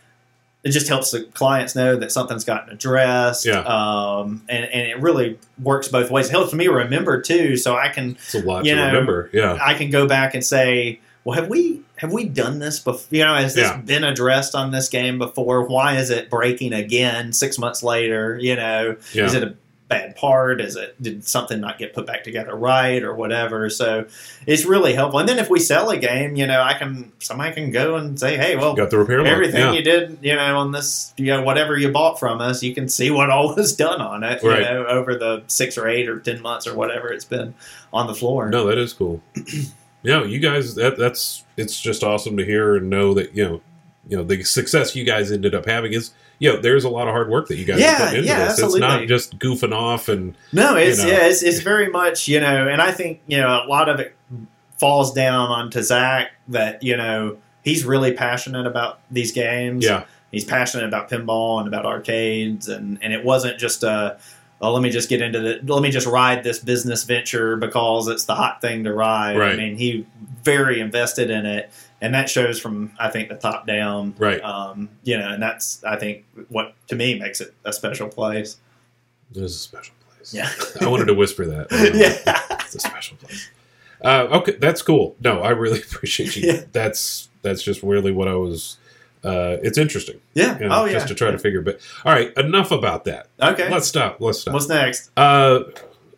Speaker 2: it just helps the clients know that something's gotten addressed.
Speaker 1: Yeah.
Speaker 2: Um, and, and it really works both ways. It helps me remember too, so I can
Speaker 1: It's a lot
Speaker 2: You
Speaker 1: to
Speaker 2: know,
Speaker 1: remember. Yeah.
Speaker 2: I can go back and say, well, have we have we done this before? You know, has this
Speaker 1: Yeah.
Speaker 2: been addressed on this game before? Why is it breaking again six months later? You know,
Speaker 1: Yeah.
Speaker 2: is it a bad part? Is it did something not get put back together right or whatever? So it's really helpful. And then if we sell a game, you know, I can somebody can go and say, hey, well,
Speaker 1: Got the repair log.
Speaker 2: everything
Speaker 1: Yeah.
Speaker 2: you did, you know, on this, you know, whatever you bought from us, you can see what all [LAUGHS] was done on it,
Speaker 1: Right.
Speaker 2: you know, over the six or eight or ten months or whatever it's been on the floor.
Speaker 1: No, that is
Speaker 2: [CLEARS THROAT]
Speaker 1: cool. yeah, you guys, that, that's it's just awesome to hear and know that you know, you know, the success you guys ended up having is you know, there's a lot of hard work that you guys
Speaker 2: Yeah,
Speaker 1: have put into
Speaker 2: yeah,
Speaker 1: this. It's not
Speaker 2: absolutely.
Speaker 1: just goofing off and
Speaker 2: No, it's
Speaker 1: know.
Speaker 2: yeah, it's, it's very much you know, and I think you know a lot of it falls down onto Zach that you know he's really passionate about these games.
Speaker 1: yeah,
Speaker 2: he's passionate about pinball and about arcades, and and it wasn't just a. Oh, let me just get into the. Let me just ride this business venture because it's the hot thing to ride. I
Speaker 1: Right.
Speaker 2: mean, he very invested in it, and that shows from I think the top down.
Speaker 1: right.
Speaker 2: Um, you know, and that's I think what to me makes it a special place.
Speaker 1: This is a special place.
Speaker 2: Yeah.
Speaker 1: I wanted to whisper that.
Speaker 2: [LAUGHS] yeah.
Speaker 1: It's a special place. Uh, okay, that's cool. No, I really [LAUGHS] appreciate you.
Speaker 2: Yeah.
Speaker 1: That's that's just really what I was. Uh, it's interesting.
Speaker 2: Yeah.
Speaker 1: You know,
Speaker 2: oh yeah.
Speaker 1: Just to try to figure. But all right, enough about that.
Speaker 2: Okay.
Speaker 1: Let's stop. Let's stop.
Speaker 2: What's next?
Speaker 1: Uh,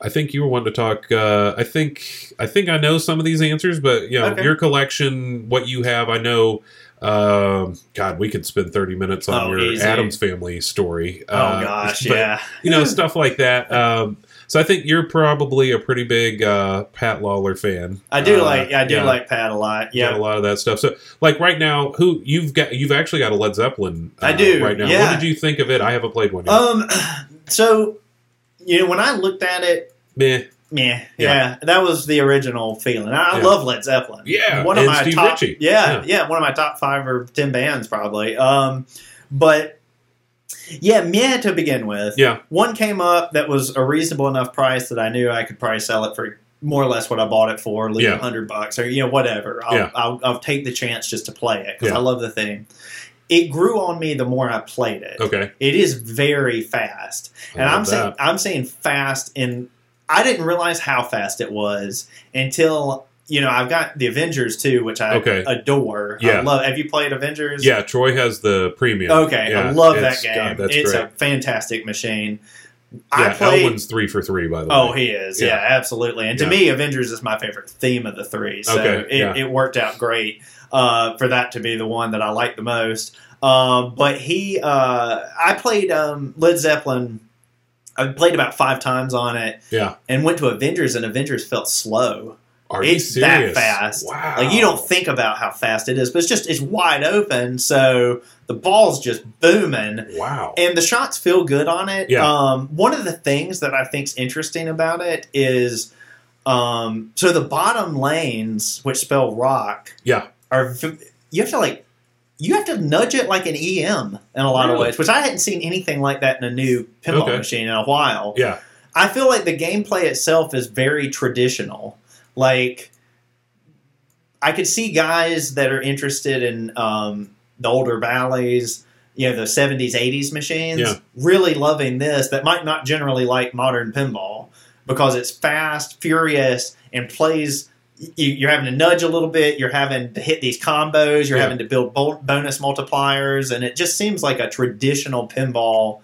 Speaker 1: I think you were wanting to talk. Uh, I think I think I know some of these answers, but you know,
Speaker 2: Okay.
Speaker 1: your collection, what you have, I know. Um, God, we could spend thirty minutes on
Speaker 2: Oh,
Speaker 1: your
Speaker 2: easy.
Speaker 1: Adams family story.
Speaker 2: oh
Speaker 1: Uh,
Speaker 2: gosh,
Speaker 1: but,
Speaker 2: yeah.
Speaker 1: you
Speaker 2: [LAUGHS]
Speaker 1: know stuff like that. Um, so I think you're probably a pretty big uh, Pat Lawler fan.
Speaker 2: I do
Speaker 1: Uh,
Speaker 2: like I do
Speaker 1: yeah.
Speaker 2: like Pat a lot.
Speaker 1: You got
Speaker 2: Yeah.
Speaker 1: a lot of that stuff. So, like right now, who you've got? You've actually got a Led Zeppelin. uh,
Speaker 2: I do,
Speaker 1: Right now,
Speaker 2: yeah.
Speaker 1: what did you think of it? I haven't played one yet.
Speaker 2: Um [CLEARS THROAT] so you know, when I looked at it,
Speaker 1: Meh.
Speaker 2: meh, yeah,
Speaker 1: Yeah.
Speaker 2: that was the original feeling. I, I
Speaker 1: Yeah.
Speaker 2: love Led Zeppelin.
Speaker 1: Yeah,
Speaker 2: One of
Speaker 1: and
Speaker 2: my
Speaker 1: Steve
Speaker 2: top
Speaker 1: Ritchie.
Speaker 2: Yeah, yeah, one of my top five or ten bands probably. Um but yeah, meh to begin with.
Speaker 1: Yeah.
Speaker 2: One came up that was a reasonable enough price that I knew I could probably sell it for more or less what I bought it for, leave
Speaker 1: Yeah.
Speaker 2: a hundred bucks or you know whatever. I'll,
Speaker 1: Yeah.
Speaker 2: I'll, I'll take the chance just to play it because
Speaker 1: Yeah.
Speaker 2: I love the thing. It grew on me the more I played it.
Speaker 1: Okay.
Speaker 2: It is very fast,
Speaker 1: I
Speaker 2: and
Speaker 1: love
Speaker 2: I'm saying
Speaker 1: that.
Speaker 2: I'm saying fast, and I didn't realize how fast it was until you know I've got the Avengers too, which I
Speaker 1: Okay.
Speaker 2: adore. I
Speaker 1: Yeah.
Speaker 2: love. Have you played Avengers?
Speaker 1: Yeah, Troy has the premium.
Speaker 2: Okay,
Speaker 1: Yeah,
Speaker 2: I love that
Speaker 1: it's-
Speaker 2: game.
Speaker 1: God, that's
Speaker 2: it's
Speaker 1: great.
Speaker 2: a fantastic machine. I
Speaker 1: yeah,
Speaker 2: played.
Speaker 1: Elwin's three for three, by the
Speaker 2: Oh,
Speaker 1: way.
Speaker 2: he is.
Speaker 1: Yeah.
Speaker 2: Yeah, absolutely. And to
Speaker 1: Yeah.
Speaker 2: me, Avengers is my favorite theme of the three. So
Speaker 1: Okay,
Speaker 2: it,
Speaker 1: yeah.
Speaker 2: it worked out great uh, for that to be the one that I liked the most. Um, but he, uh, I played um, Led Zeppelin. I played about five times on it
Speaker 1: yeah.
Speaker 2: and went to Avengers, and Avengers felt slow.
Speaker 1: Are
Speaker 2: it's
Speaker 1: you
Speaker 2: that
Speaker 1: serious?
Speaker 2: fast.
Speaker 1: Wow.
Speaker 2: Like you don't think about how fast it is, but it's just it's wide open, so the ball's just booming
Speaker 1: Wow.
Speaker 2: and the shots feel good on it.
Speaker 1: Yeah.
Speaker 2: Um, one of the things that I think's interesting about it is, um, so the bottom lanes, which spell rock,
Speaker 1: Yeah.
Speaker 2: are v- you have to like you have to nudge it like an EM in a lot of
Speaker 1: Really?
Speaker 2: ways, which I hadn't seen anything like that in a new pinball
Speaker 1: Okay.
Speaker 2: machine in a while.
Speaker 1: yeah.
Speaker 2: I feel like the gameplay itself is very traditional. Like, I could see guys that are interested in um, the older valleys, you know, the 70s, 80s machines,
Speaker 1: Yeah.
Speaker 2: really loving this that might not generally like modern pinball because it's fast, furious, and plays. You, you're having to nudge a little bit. You're having to hit these combos. You're
Speaker 1: Yeah.
Speaker 2: having to build bo- bonus multipliers, and it just seems like a traditional pinball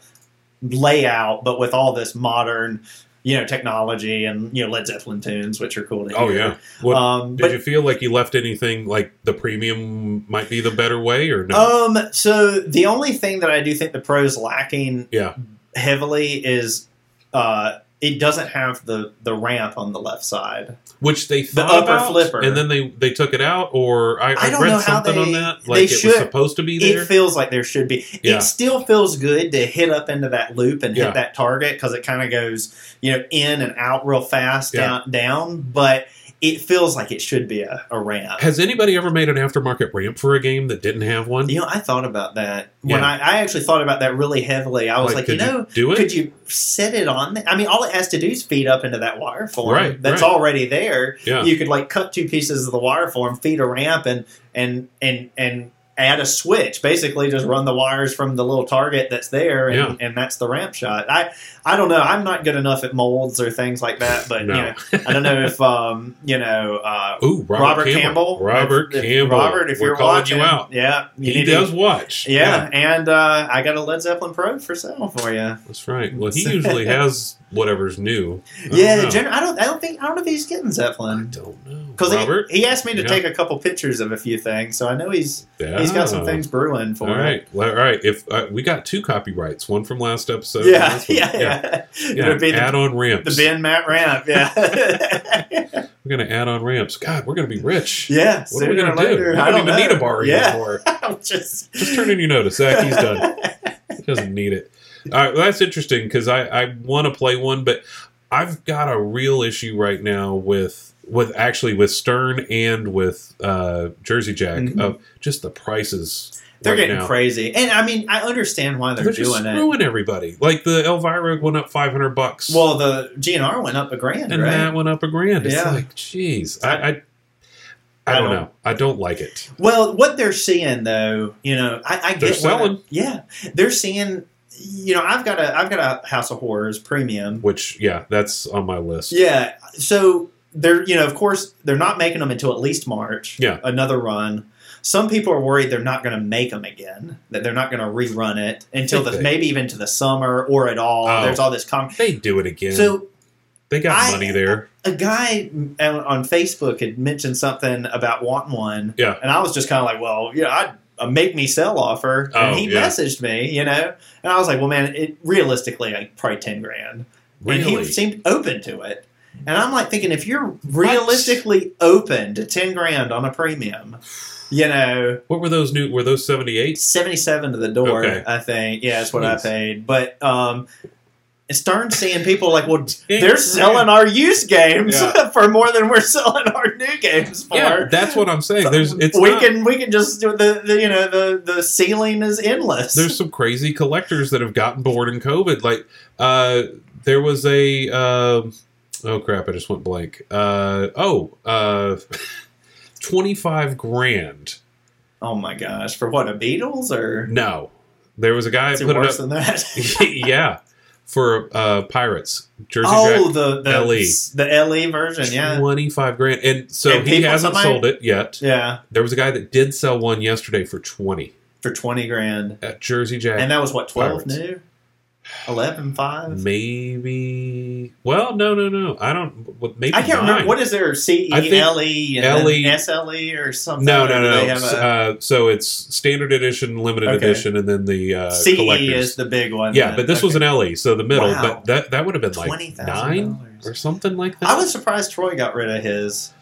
Speaker 2: layout, but with all this modern, you know, technology and you know Led Zeppelin tunes, which are cool to hear.
Speaker 1: Oh yeah. What,
Speaker 2: um,
Speaker 1: did
Speaker 2: but
Speaker 1: you feel like you left anything like the premium might be the better way or no?
Speaker 2: um, so the only thing that I do think the pros lacking
Speaker 1: Yeah.
Speaker 2: heavily is uh, it doesn't have the the ramp on the left side.
Speaker 1: Which they thought
Speaker 2: upper
Speaker 1: about,
Speaker 2: flipper.
Speaker 1: and then they they took it out, or I, I,
Speaker 2: I don't
Speaker 1: read
Speaker 2: know how
Speaker 1: something on
Speaker 2: they-
Speaker 1: that
Speaker 2: they
Speaker 1: like it was
Speaker 2: should-
Speaker 1: supposed to be there.
Speaker 2: It feels like there should be.
Speaker 1: Yeah.
Speaker 2: It still feels good to hit up into that loop and
Speaker 1: Yeah.
Speaker 2: hit that target because it kind of goes, you know, in and out real fast
Speaker 1: Yeah.
Speaker 2: down, down. But it feels like it should be a, a ramp.
Speaker 1: Has anybody ever made an aftermarket ramp for a game that didn't have one?
Speaker 2: You know, I thought about that when
Speaker 1: Yeah.
Speaker 2: I, I actually thought about that really heavily. I was like, you
Speaker 1: could
Speaker 2: know,
Speaker 1: do it?
Speaker 2: could you set it on? There? I mean, all it has to do is feed up into that wire form
Speaker 1: Right,
Speaker 2: that's
Speaker 1: right.
Speaker 2: already there.
Speaker 1: yeah,
Speaker 2: You could like cut two pieces of the wire form, feed a ramp, and and and and add a switch. Basically, just run the wires from the little target that's there, and, and that's the ramp shot. I I don't know. I'm not good enough at molds or things like that, but
Speaker 1: No.
Speaker 2: you know, I don't know if um, you know uh,
Speaker 1: Ooh, Robert,
Speaker 2: Robert,
Speaker 1: Campbell.
Speaker 2: Campbell.
Speaker 1: Robert
Speaker 2: If- if-
Speaker 1: Campbell.
Speaker 2: Robert, if
Speaker 1: We're
Speaker 2: you're
Speaker 1: calling
Speaker 2: watching,
Speaker 1: you out.
Speaker 2: yeah, you
Speaker 1: He
Speaker 2: need to-
Speaker 1: does watch.
Speaker 2: Yeah, and uh, I got a Led Zeppelin probe for sale for you.
Speaker 1: That's right. Well, he
Speaker 2: [LAUGHS]
Speaker 1: usually has whatever's new. I don't
Speaker 2: yeah,
Speaker 1: know.
Speaker 2: Jen- I don't. I don't think. I don't know if he's getting
Speaker 1: I
Speaker 2: Zeppelin
Speaker 1: don't know.
Speaker 2: because
Speaker 1: Robert,
Speaker 2: he, he asked me to
Speaker 1: Yeah.
Speaker 2: take a couple pictures of a few things, so I know he's he's got some
Speaker 1: Yeah.
Speaker 2: things brewing for
Speaker 1: Oh. All
Speaker 2: it.
Speaker 1: right, Well, all right. If uh, we got two copyrights, one from last episode, and
Speaker 2: Yeah,
Speaker 1: this one.
Speaker 2: [LAUGHS] yeah, yeah,
Speaker 1: Yeah,
Speaker 2: It'll be the,
Speaker 1: add on
Speaker 2: the
Speaker 1: ramps.
Speaker 2: Ben Matt ramp.
Speaker 1: [LAUGHS]
Speaker 2: Yeah, [LAUGHS]
Speaker 1: We're gonna add on ramps. God, we're gonna be rich.
Speaker 2: yeah.
Speaker 1: What are we gonna
Speaker 2: sooner or
Speaker 1: do?
Speaker 2: later.
Speaker 1: We
Speaker 2: I
Speaker 1: don't,
Speaker 2: don't
Speaker 1: even
Speaker 2: know.
Speaker 1: need a bar
Speaker 2: Yeah, [LAUGHS]
Speaker 1: anymore.
Speaker 2: I'm just
Speaker 1: Just turn in your notice, Zach. He's done.
Speaker 2: [LAUGHS]
Speaker 1: He doesn't need it. All right, well, that's interesting because I, I want to play one, but I've got a real issue right now with with actually with Stern and with uh, Jersey Jack
Speaker 2: Mhm.
Speaker 1: of just the prices.
Speaker 2: They're
Speaker 1: right
Speaker 2: getting
Speaker 1: now.
Speaker 2: crazy, and I mean, I understand why
Speaker 1: They're,
Speaker 2: they're,
Speaker 1: just
Speaker 2: doing it.
Speaker 1: screwing everybody. Like the Elvira went up five hundred bucks.
Speaker 2: Well, the GNR went up a grand,
Speaker 1: and
Speaker 2: right?
Speaker 1: that went up a grand. It's
Speaker 2: Yeah.
Speaker 1: like, jeez, I, I, I
Speaker 2: I
Speaker 1: don't
Speaker 2: don't-
Speaker 1: know. I don't like it.
Speaker 2: Well, what they're seeing though, you know, I, I get
Speaker 1: They're
Speaker 2: why-
Speaker 1: selling.
Speaker 2: yeah, they're seeing. You know, I've got a I've got a House of Horrors premium.
Speaker 1: Which, yeah, that's on my list.
Speaker 2: Yeah, so they're you know, of course, they're not making them until at least March.
Speaker 1: Yeah.
Speaker 2: another run. Some people are worried they're not going to make them again. That they're not going to rerun it until the,
Speaker 1: They-
Speaker 2: maybe even to the summer or at all.
Speaker 1: Oh.
Speaker 2: There's all this com.
Speaker 1: They do it again.
Speaker 2: So
Speaker 1: they got
Speaker 2: I-
Speaker 1: money there.
Speaker 2: a guy on- on Facebook had mentioned something about wanting one.
Speaker 1: Yeah.
Speaker 2: And I was just kind of like, well, you know, I'd a make me sell offer. And
Speaker 1: Oh,
Speaker 2: he
Speaker 1: yeah.
Speaker 2: messaged me, you know, and I was like, well, man, it realistically, like probably 10 grand. And
Speaker 1: Really?
Speaker 2: he seemed open to it. And I'm like thinking, if you're realistically open to 10 grand on a premium, you know,
Speaker 1: what were those new? Were those seventy eight?
Speaker 2: 77 to the door,
Speaker 1: Okay.
Speaker 2: I think. Yeah, that's what
Speaker 1: Jeez.
Speaker 2: I paid. But, um, Stern seeing people like, well, they're selling our used games [LAUGHS] for more than we're selling our new games for.
Speaker 1: Yeah, that's what I'm saying. There's it's
Speaker 2: we
Speaker 1: not-
Speaker 2: can we can just do the, the you know the the ceiling is endless.
Speaker 1: there's some crazy collectors that have gotten bored in COVID. Like, uh, there was a um oh crap, I just went blank. Uh, oh, uh, [LAUGHS] twenty five grand.
Speaker 2: oh my gosh, for what a Beatles or
Speaker 1: No, there was a guy
Speaker 2: is
Speaker 1: that
Speaker 2: it
Speaker 1: put it
Speaker 2: worse
Speaker 1: up. [LAUGHS]
Speaker 2: than that?
Speaker 1: yeah, for uh, Pirates Jersey
Speaker 2: [LAUGHS] oh,
Speaker 1: Jack. E.
Speaker 2: the the
Speaker 1: LE.
Speaker 2: the LE version, yeah,
Speaker 1: Twenty-five grand, and so
Speaker 2: And
Speaker 1: he
Speaker 2: people-
Speaker 1: hasn't
Speaker 2: somebody-
Speaker 1: sold it yet.
Speaker 2: yeah,
Speaker 1: There was a guy that did sell one yesterday for twenty
Speaker 2: for twenty grand,
Speaker 1: at Jersey Jack.
Speaker 2: and that was what twelve
Speaker 1: Pirates.
Speaker 2: new, eleven five.
Speaker 1: maybe. Well, no, no, no. I don't. what- Maybe
Speaker 2: I can't remember
Speaker 1: nine.
Speaker 2: what is there C E
Speaker 1: I think
Speaker 2: L E and
Speaker 1: LE
Speaker 2: then S L E or something.
Speaker 1: No,
Speaker 2: Or
Speaker 1: no,
Speaker 2: do
Speaker 1: no.
Speaker 2: they
Speaker 1: no.
Speaker 2: have
Speaker 1: S-
Speaker 2: a-
Speaker 1: Uh, so it's standard edition, limited
Speaker 2: Okay.
Speaker 1: edition, and then the uh,
Speaker 2: CE
Speaker 1: collectors.
Speaker 2: E is the big one.
Speaker 1: yeah,
Speaker 2: then.
Speaker 1: but this was
Speaker 2: Okay.
Speaker 1: an LE, so the middle.
Speaker 2: Wow.
Speaker 1: But that that would have been like
Speaker 2: $20,000.
Speaker 1: nine or something like that.
Speaker 2: I was surprised Troy got rid of his.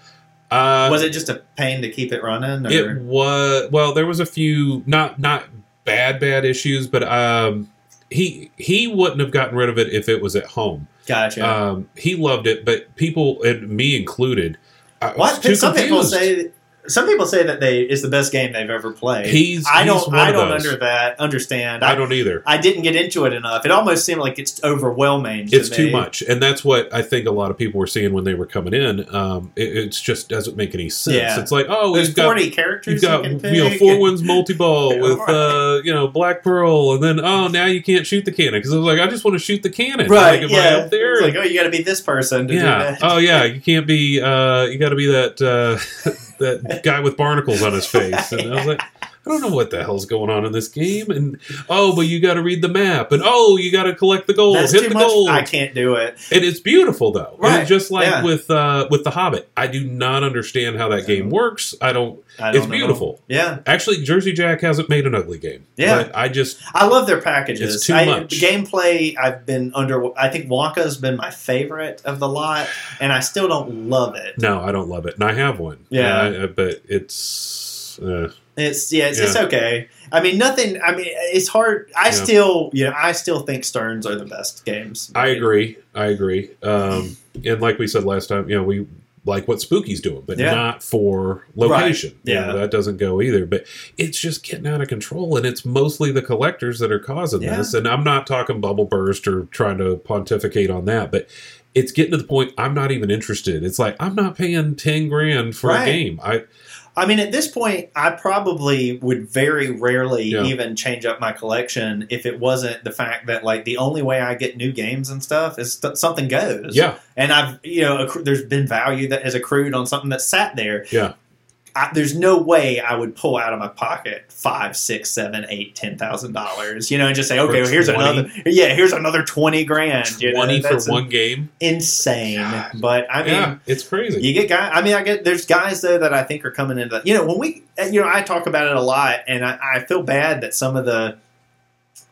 Speaker 1: Uh,
Speaker 2: was it just a pain to keep it running? Or?
Speaker 1: It was well, there was a few not not bad bad issues, but um, he he wouldn't have gotten rid of it if it was at home.
Speaker 2: gotcha.
Speaker 1: Um, he loved it, but people and me included. I was
Speaker 2: what
Speaker 1: too
Speaker 2: some people
Speaker 1: confused.
Speaker 2: say? Some people say that they it's the best game they've ever played.
Speaker 1: He's-
Speaker 2: I
Speaker 1: he's
Speaker 2: don't.
Speaker 1: one
Speaker 2: I
Speaker 1: of
Speaker 2: don't
Speaker 1: those.
Speaker 2: under that understand.
Speaker 1: I
Speaker 2: I,
Speaker 1: don't either.
Speaker 2: I didn't get into it enough. It almost seemed like it's overwhelming. to
Speaker 1: It's too
Speaker 2: me.
Speaker 1: much, and that's what I think a lot of people were seeing when they were coming in. Um, it it's just doesn't make any sense.
Speaker 2: Yeah.
Speaker 1: It's like oh,
Speaker 2: There's
Speaker 1: we've got.
Speaker 2: forty characters.
Speaker 1: You've got
Speaker 2: you, can
Speaker 1: you know
Speaker 2: pick,
Speaker 1: four
Speaker 2: [LAUGHS] and-
Speaker 1: wins multi ball with uh, you know black pearl, and then oh now you can't shoot the cannon because I was like I just want to shoot the cannon.
Speaker 2: Right.
Speaker 1: Like, am I
Speaker 2: yeah.
Speaker 1: up there?
Speaker 2: It's like oh, you got to be this person to
Speaker 1: yeah.
Speaker 2: do that.
Speaker 1: Oh
Speaker 2: [LAUGHS]
Speaker 1: yeah. You can't be. Uh, you got to be that uh, [LAUGHS] that guy with barnacles on his face. And I was like, I don't know what the hell's going on in this game. And oh, but you got to read the map. And oh, you got to collect the gold.
Speaker 2: That's
Speaker 1: hit
Speaker 2: too
Speaker 1: the
Speaker 2: much.
Speaker 1: gold.
Speaker 2: I can't do it.
Speaker 1: And it's beautiful though. And
Speaker 2: Right,
Speaker 1: it's just like
Speaker 2: yeah.
Speaker 1: with uh, with the Hobbit. I do not understand how that game works. I don't.
Speaker 2: I don't
Speaker 1: It's
Speaker 2: know.
Speaker 1: beautiful.
Speaker 2: Yeah.
Speaker 1: Actually, Jersey Jack hasn't made an ugly game.
Speaker 2: Yeah.
Speaker 1: But I just
Speaker 2: I love their packages.
Speaker 1: It's too
Speaker 2: I,
Speaker 1: much.
Speaker 2: Gameplay, I've been under. I think Wonka's been my favorite of the lot, and I still don't love it.
Speaker 1: no, I don't love it, and I have one.
Speaker 2: Yeah.
Speaker 1: And I- but it's uh,
Speaker 2: It's yeah, it's, it's
Speaker 1: Yeah.
Speaker 2: okay. I mean, nothing. I mean, it's hard. I
Speaker 1: Yeah.
Speaker 2: still, you know, I still think Stearns are the best games.
Speaker 1: I agree. I agree. Um, and like we said last time, you know, we like what Spooky's doing, but
Speaker 2: Yeah.
Speaker 1: not for location.
Speaker 2: Right.
Speaker 1: You know,
Speaker 2: Yeah.
Speaker 1: that doesn't go either. But it's just getting out of control, and it's mostly the collectors that are causing
Speaker 2: Yeah.
Speaker 1: this. And I'm not talking bubble burst or trying to pontificate on that, but it's getting to the point I'm not even interested. It's like I'm not paying ten grand for a
Speaker 2: Right.
Speaker 1: game. I
Speaker 2: I mean, at this point, I probably would very rarely
Speaker 1: Yeah.
Speaker 2: even change up my collection if it wasn't the fact that like the only way I get new games and stuff is st- something goes.
Speaker 1: Yeah,
Speaker 2: and I've you know accru- there's been value that has accrued on something that sat there.
Speaker 1: Yeah.
Speaker 2: I, there's no way I would pull out of my pocket five, six, seven, eight, ten thousand dollars, you know, and just say, okay, well, here's
Speaker 1: 20.
Speaker 2: another, yeah, here's another twenty grand, you know,
Speaker 1: twenty for
Speaker 2: that's
Speaker 1: one game.
Speaker 2: insane.
Speaker 1: God.
Speaker 2: But I mean,
Speaker 1: yeah, it's crazy.
Speaker 2: you get guy. I mean, I get there's guys though that I think are coming into. You know, when we, eh, you know, I talk about it a lot, and I, I feel bad that some of the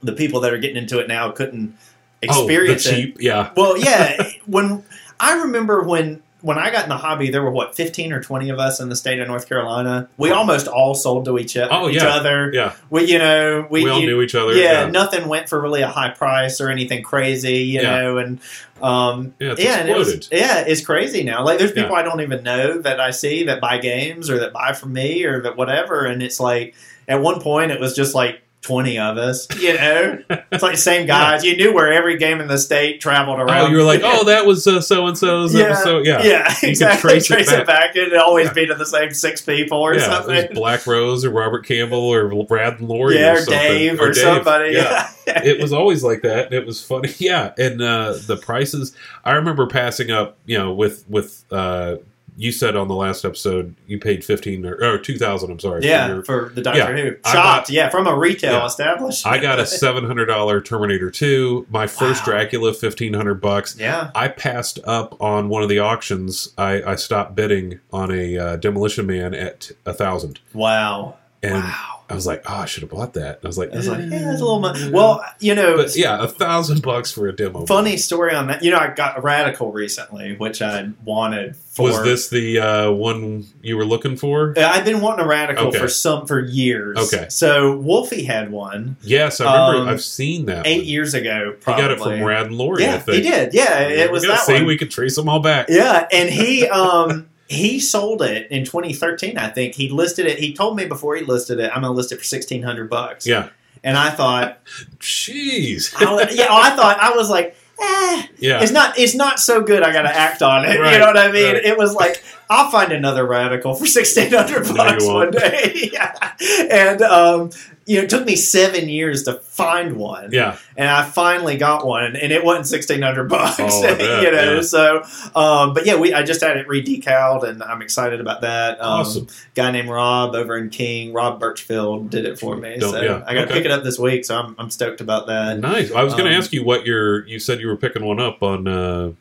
Speaker 2: the people that are getting into it now couldn't experience
Speaker 1: oh,
Speaker 2: it.
Speaker 1: the cheap. Yeah,
Speaker 2: Well, yeah. when I remember when when I got in the hobby, there were what fifteen or twenty of us in the state of North Carolina. We almost all sold to each,
Speaker 1: Oh,
Speaker 2: each
Speaker 1: yeah.
Speaker 2: other.
Speaker 1: yeah.
Speaker 2: We, you know,
Speaker 1: We,
Speaker 2: we,
Speaker 1: all
Speaker 2: you-
Speaker 1: knew each other.
Speaker 2: yeah,
Speaker 1: yeah,
Speaker 2: nothing went for really a high price or anything crazy, you
Speaker 1: Yeah.
Speaker 2: know, and um,
Speaker 1: Yeah, it's
Speaker 2: yeah, and it was-
Speaker 1: exploded.
Speaker 2: yeah, it's crazy now. Like there's
Speaker 1: Yeah.
Speaker 2: people I don't even know that I see that buy games or that buy from me or that whatever, and it's like at one point it was just like. 20
Speaker 1: [LAUGHS]
Speaker 2: of us, you know, it's like the same guys. You knew where every game in the state traveled
Speaker 1: Oh,
Speaker 2: around.
Speaker 1: you were
Speaker 2: [LAUGHS]
Speaker 1: like, oh, that was so and so's
Speaker 2: Yeah.
Speaker 1: episode. Yeah,
Speaker 2: yeah,
Speaker 1: could
Speaker 2: exactly.
Speaker 1: trace
Speaker 2: Trace,
Speaker 1: it
Speaker 2: it back. It'd always be to the same six people
Speaker 1: yeah,
Speaker 2: or
Speaker 1: it was
Speaker 2: something.
Speaker 1: Black Rose or Robert Campbell or Brad Laurie
Speaker 2: [LAUGHS]
Speaker 1: or,
Speaker 2: Yeah, or
Speaker 1: something.
Speaker 2: Dave or, somebody. [LAUGHS]
Speaker 1: Yeah.
Speaker 2: Yeah.
Speaker 1: it was always like that. and It was funny. [LAUGHS] Yeah, and uh, the prices. I remember passing up. You know, with with uh, you said on the last episode, you paid fifteen or, or two thousand. I'm sorry. for
Speaker 2: Yeah,
Speaker 1: your-
Speaker 2: for the Doctor
Speaker 1: Yeah.
Speaker 2: Who
Speaker 1: I
Speaker 2: shopped. yeah, from a retail
Speaker 1: Yeah.
Speaker 2: establishment.
Speaker 1: I got a seven hundred dollar Terminator two. My first
Speaker 2: Wow.
Speaker 1: Dracula fifteen hundred bucks.
Speaker 2: [LAUGHS] yeah.
Speaker 1: I passed up on one of the auctions. I, I stopped bidding on a uh, Demolition Man at a thousand,
Speaker 2: Wow.
Speaker 1: and
Speaker 2: wow.
Speaker 1: I was like, "Oh, I should have bought that." And I was like,
Speaker 2: I was like,
Speaker 1: "Eh."
Speaker 2: yeah, that's a little much. Well, you know,
Speaker 1: but yeah, a thousand bucks for a demo.
Speaker 2: funny story on that. You know, I got Radical recently, which I wanted for.
Speaker 1: was this the uh, one you were looking for?
Speaker 2: Yeah, I've been wanting a Radical
Speaker 1: Okay.
Speaker 2: for some for years.
Speaker 1: Okay.
Speaker 2: So Wolfie had one
Speaker 1: Yes, I remember.
Speaker 2: Um,
Speaker 1: I've seen that.
Speaker 2: eight
Speaker 1: one.
Speaker 2: years ago.
Speaker 1: He
Speaker 2: Probably.
Speaker 1: got it from Rad and Lori. I
Speaker 2: Yeah,
Speaker 1: think.
Speaker 2: he did. Yeah,
Speaker 1: There
Speaker 2: it
Speaker 1: we
Speaker 2: was
Speaker 1: go.
Speaker 2: that
Speaker 1: See,
Speaker 2: one.
Speaker 1: we could trace them all back.
Speaker 2: Yeah, and he um [LAUGHS] he sold it in 2013, I think. He listed it. He told me before he listed it, I'm going to list it for 1600 bucks.
Speaker 1: Yeah.
Speaker 2: And I thought,
Speaker 1: Jeez. [LAUGHS]
Speaker 2: I was, yeah, I thought I was like, eh,
Speaker 1: Yeah.
Speaker 2: it's not it's not so good. I got to act on it.
Speaker 1: Right,
Speaker 2: you know what I mean?
Speaker 1: right.
Speaker 2: It was like I'll find another radical for 1600
Speaker 1: No, you
Speaker 2: bucks one
Speaker 1: won't.
Speaker 2: day. [LAUGHS] yeah. And um you know, it took me 7 years to find one
Speaker 1: Yeah.
Speaker 2: and I finally got one, and it wasn't sixteen hundred bucks.
Speaker 1: Oh, I bet,
Speaker 2: [LAUGHS] you know,
Speaker 1: yeah.
Speaker 2: so um, but yeah, we I just had it redecaled, and I'm excited about that. Um,
Speaker 1: Awesome.
Speaker 2: Guy named Rob over in King, Rob Birchfield, did it for me,
Speaker 1: Don't-
Speaker 2: so
Speaker 1: yeah,
Speaker 2: I got to
Speaker 1: okay. Mm-hmm.
Speaker 2: pick it up this week. So I'm I'm stoked about that.
Speaker 1: Nice. I was going to
Speaker 2: um,
Speaker 1: ask you what your you said you were picking one up on. Uh,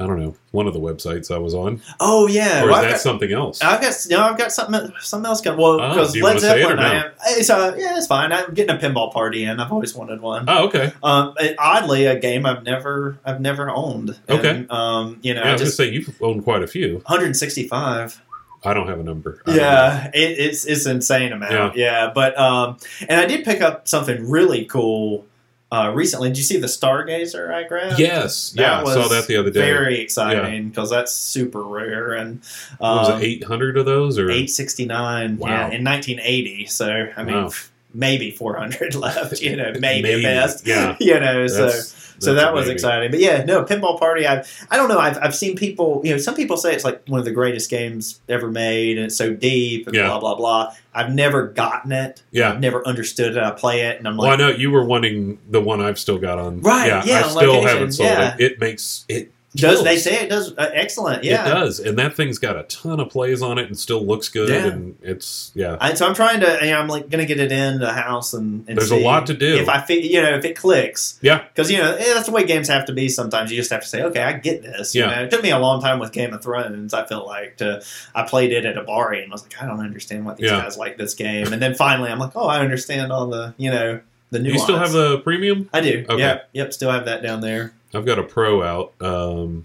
Speaker 1: I don't know one of the websites I was on,
Speaker 2: Oh yeah,
Speaker 1: or is
Speaker 2: Well, I've
Speaker 1: that
Speaker 2: got-
Speaker 1: something else?
Speaker 2: I've got no, I've got something something else coming. Well,
Speaker 1: Oh,
Speaker 2: because
Speaker 1: do you
Speaker 2: Led
Speaker 1: wanna say it or
Speaker 2: Zeppelin, I
Speaker 1: no?
Speaker 2: am. It's uh, yeah, it's fine. I'm getting a pinball party in. I've always wanted one.
Speaker 1: oh, okay.
Speaker 2: Um, oddly, a game I've never I've never owned.
Speaker 1: Okay.
Speaker 2: And, um, you know,
Speaker 1: Yeah, I
Speaker 2: I
Speaker 1: was
Speaker 2: just
Speaker 1: going to say you've owned quite a few.
Speaker 2: 165.
Speaker 1: I don't have a number. I don't know.
Speaker 2: Yeah, it, it's it's insane amount. Yeah. but um, and I did pick up something really cool uh, recently. Did you see the Stargazer I grabbed?
Speaker 1: Yes. Yeah.
Speaker 2: That
Speaker 1: I saw
Speaker 2: was
Speaker 1: that the other day.
Speaker 2: very exciting because that's super rare and
Speaker 1: What was
Speaker 2: um,
Speaker 1: it eight hundred of those or?
Speaker 2: eight sixty nine.
Speaker 1: Wow.
Speaker 2: Yeah, in nineteen eighty. So I mean,
Speaker 1: Wow.
Speaker 2: maybe four hundred [LAUGHS] left. You know, maybe,
Speaker 1: Maybe,
Speaker 2: at best.
Speaker 1: yeah.
Speaker 2: [LAUGHS] you know, so
Speaker 1: That's-
Speaker 2: so
Speaker 1: that's
Speaker 2: that was
Speaker 1: amazing.
Speaker 2: exciting. But yeah, no, pinball party. I I don't know. I've I've seen people. You know, some people say it's like one of the greatest games ever made, and it's so deep and
Speaker 1: Yeah.
Speaker 2: blah blah blah. I've never gotten it.
Speaker 1: Yeah.
Speaker 2: I've never understood it. I play it, and I'm
Speaker 1: Well, I
Speaker 2: like,
Speaker 1: know you were wanting the one I've still got on.
Speaker 2: Right, yeah,
Speaker 1: I
Speaker 2: on
Speaker 1: still
Speaker 2: location,
Speaker 1: haven't sold
Speaker 2: yeah.
Speaker 1: it. It makes it
Speaker 2: does
Speaker 1: kills.
Speaker 2: they say it does uh, excellent?
Speaker 1: It
Speaker 2: Yeah.
Speaker 1: does, and that thing's got a ton of plays on it, and still looks good.
Speaker 2: Yeah.
Speaker 1: And it's yeah,
Speaker 2: I, so I'm trying to. You know, I'm like going to get it in the house and, and
Speaker 1: There's a
Speaker 2: see
Speaker 1: lot to do.
Speaker 2: If I fi- you know if it clicks,
Speaker 1: Yeah.
Speaker 2: because you know eh, that's the way games have to be. Sometimes you just have to say, okay, I get this.
Speaker 1: Yeah.
Speaker 2: you know? it took me a long time with Game of Thrones. I feel like to I played it at a bar and was like, I don't understand why these
Speaker 1: Yeah.
Speaker 2: guys like this game. And then finally, I'm like, oh, I understand all the you know the
Speaker 1: you
Speaker 2: nuance.
Speaker 1: still have the premium.
Speaker 2: I do.
Speaker 1: Okay.
Speaker 2: Yep. Yep. Still have that down there.
Speaker 1: I've got a pro out. Um,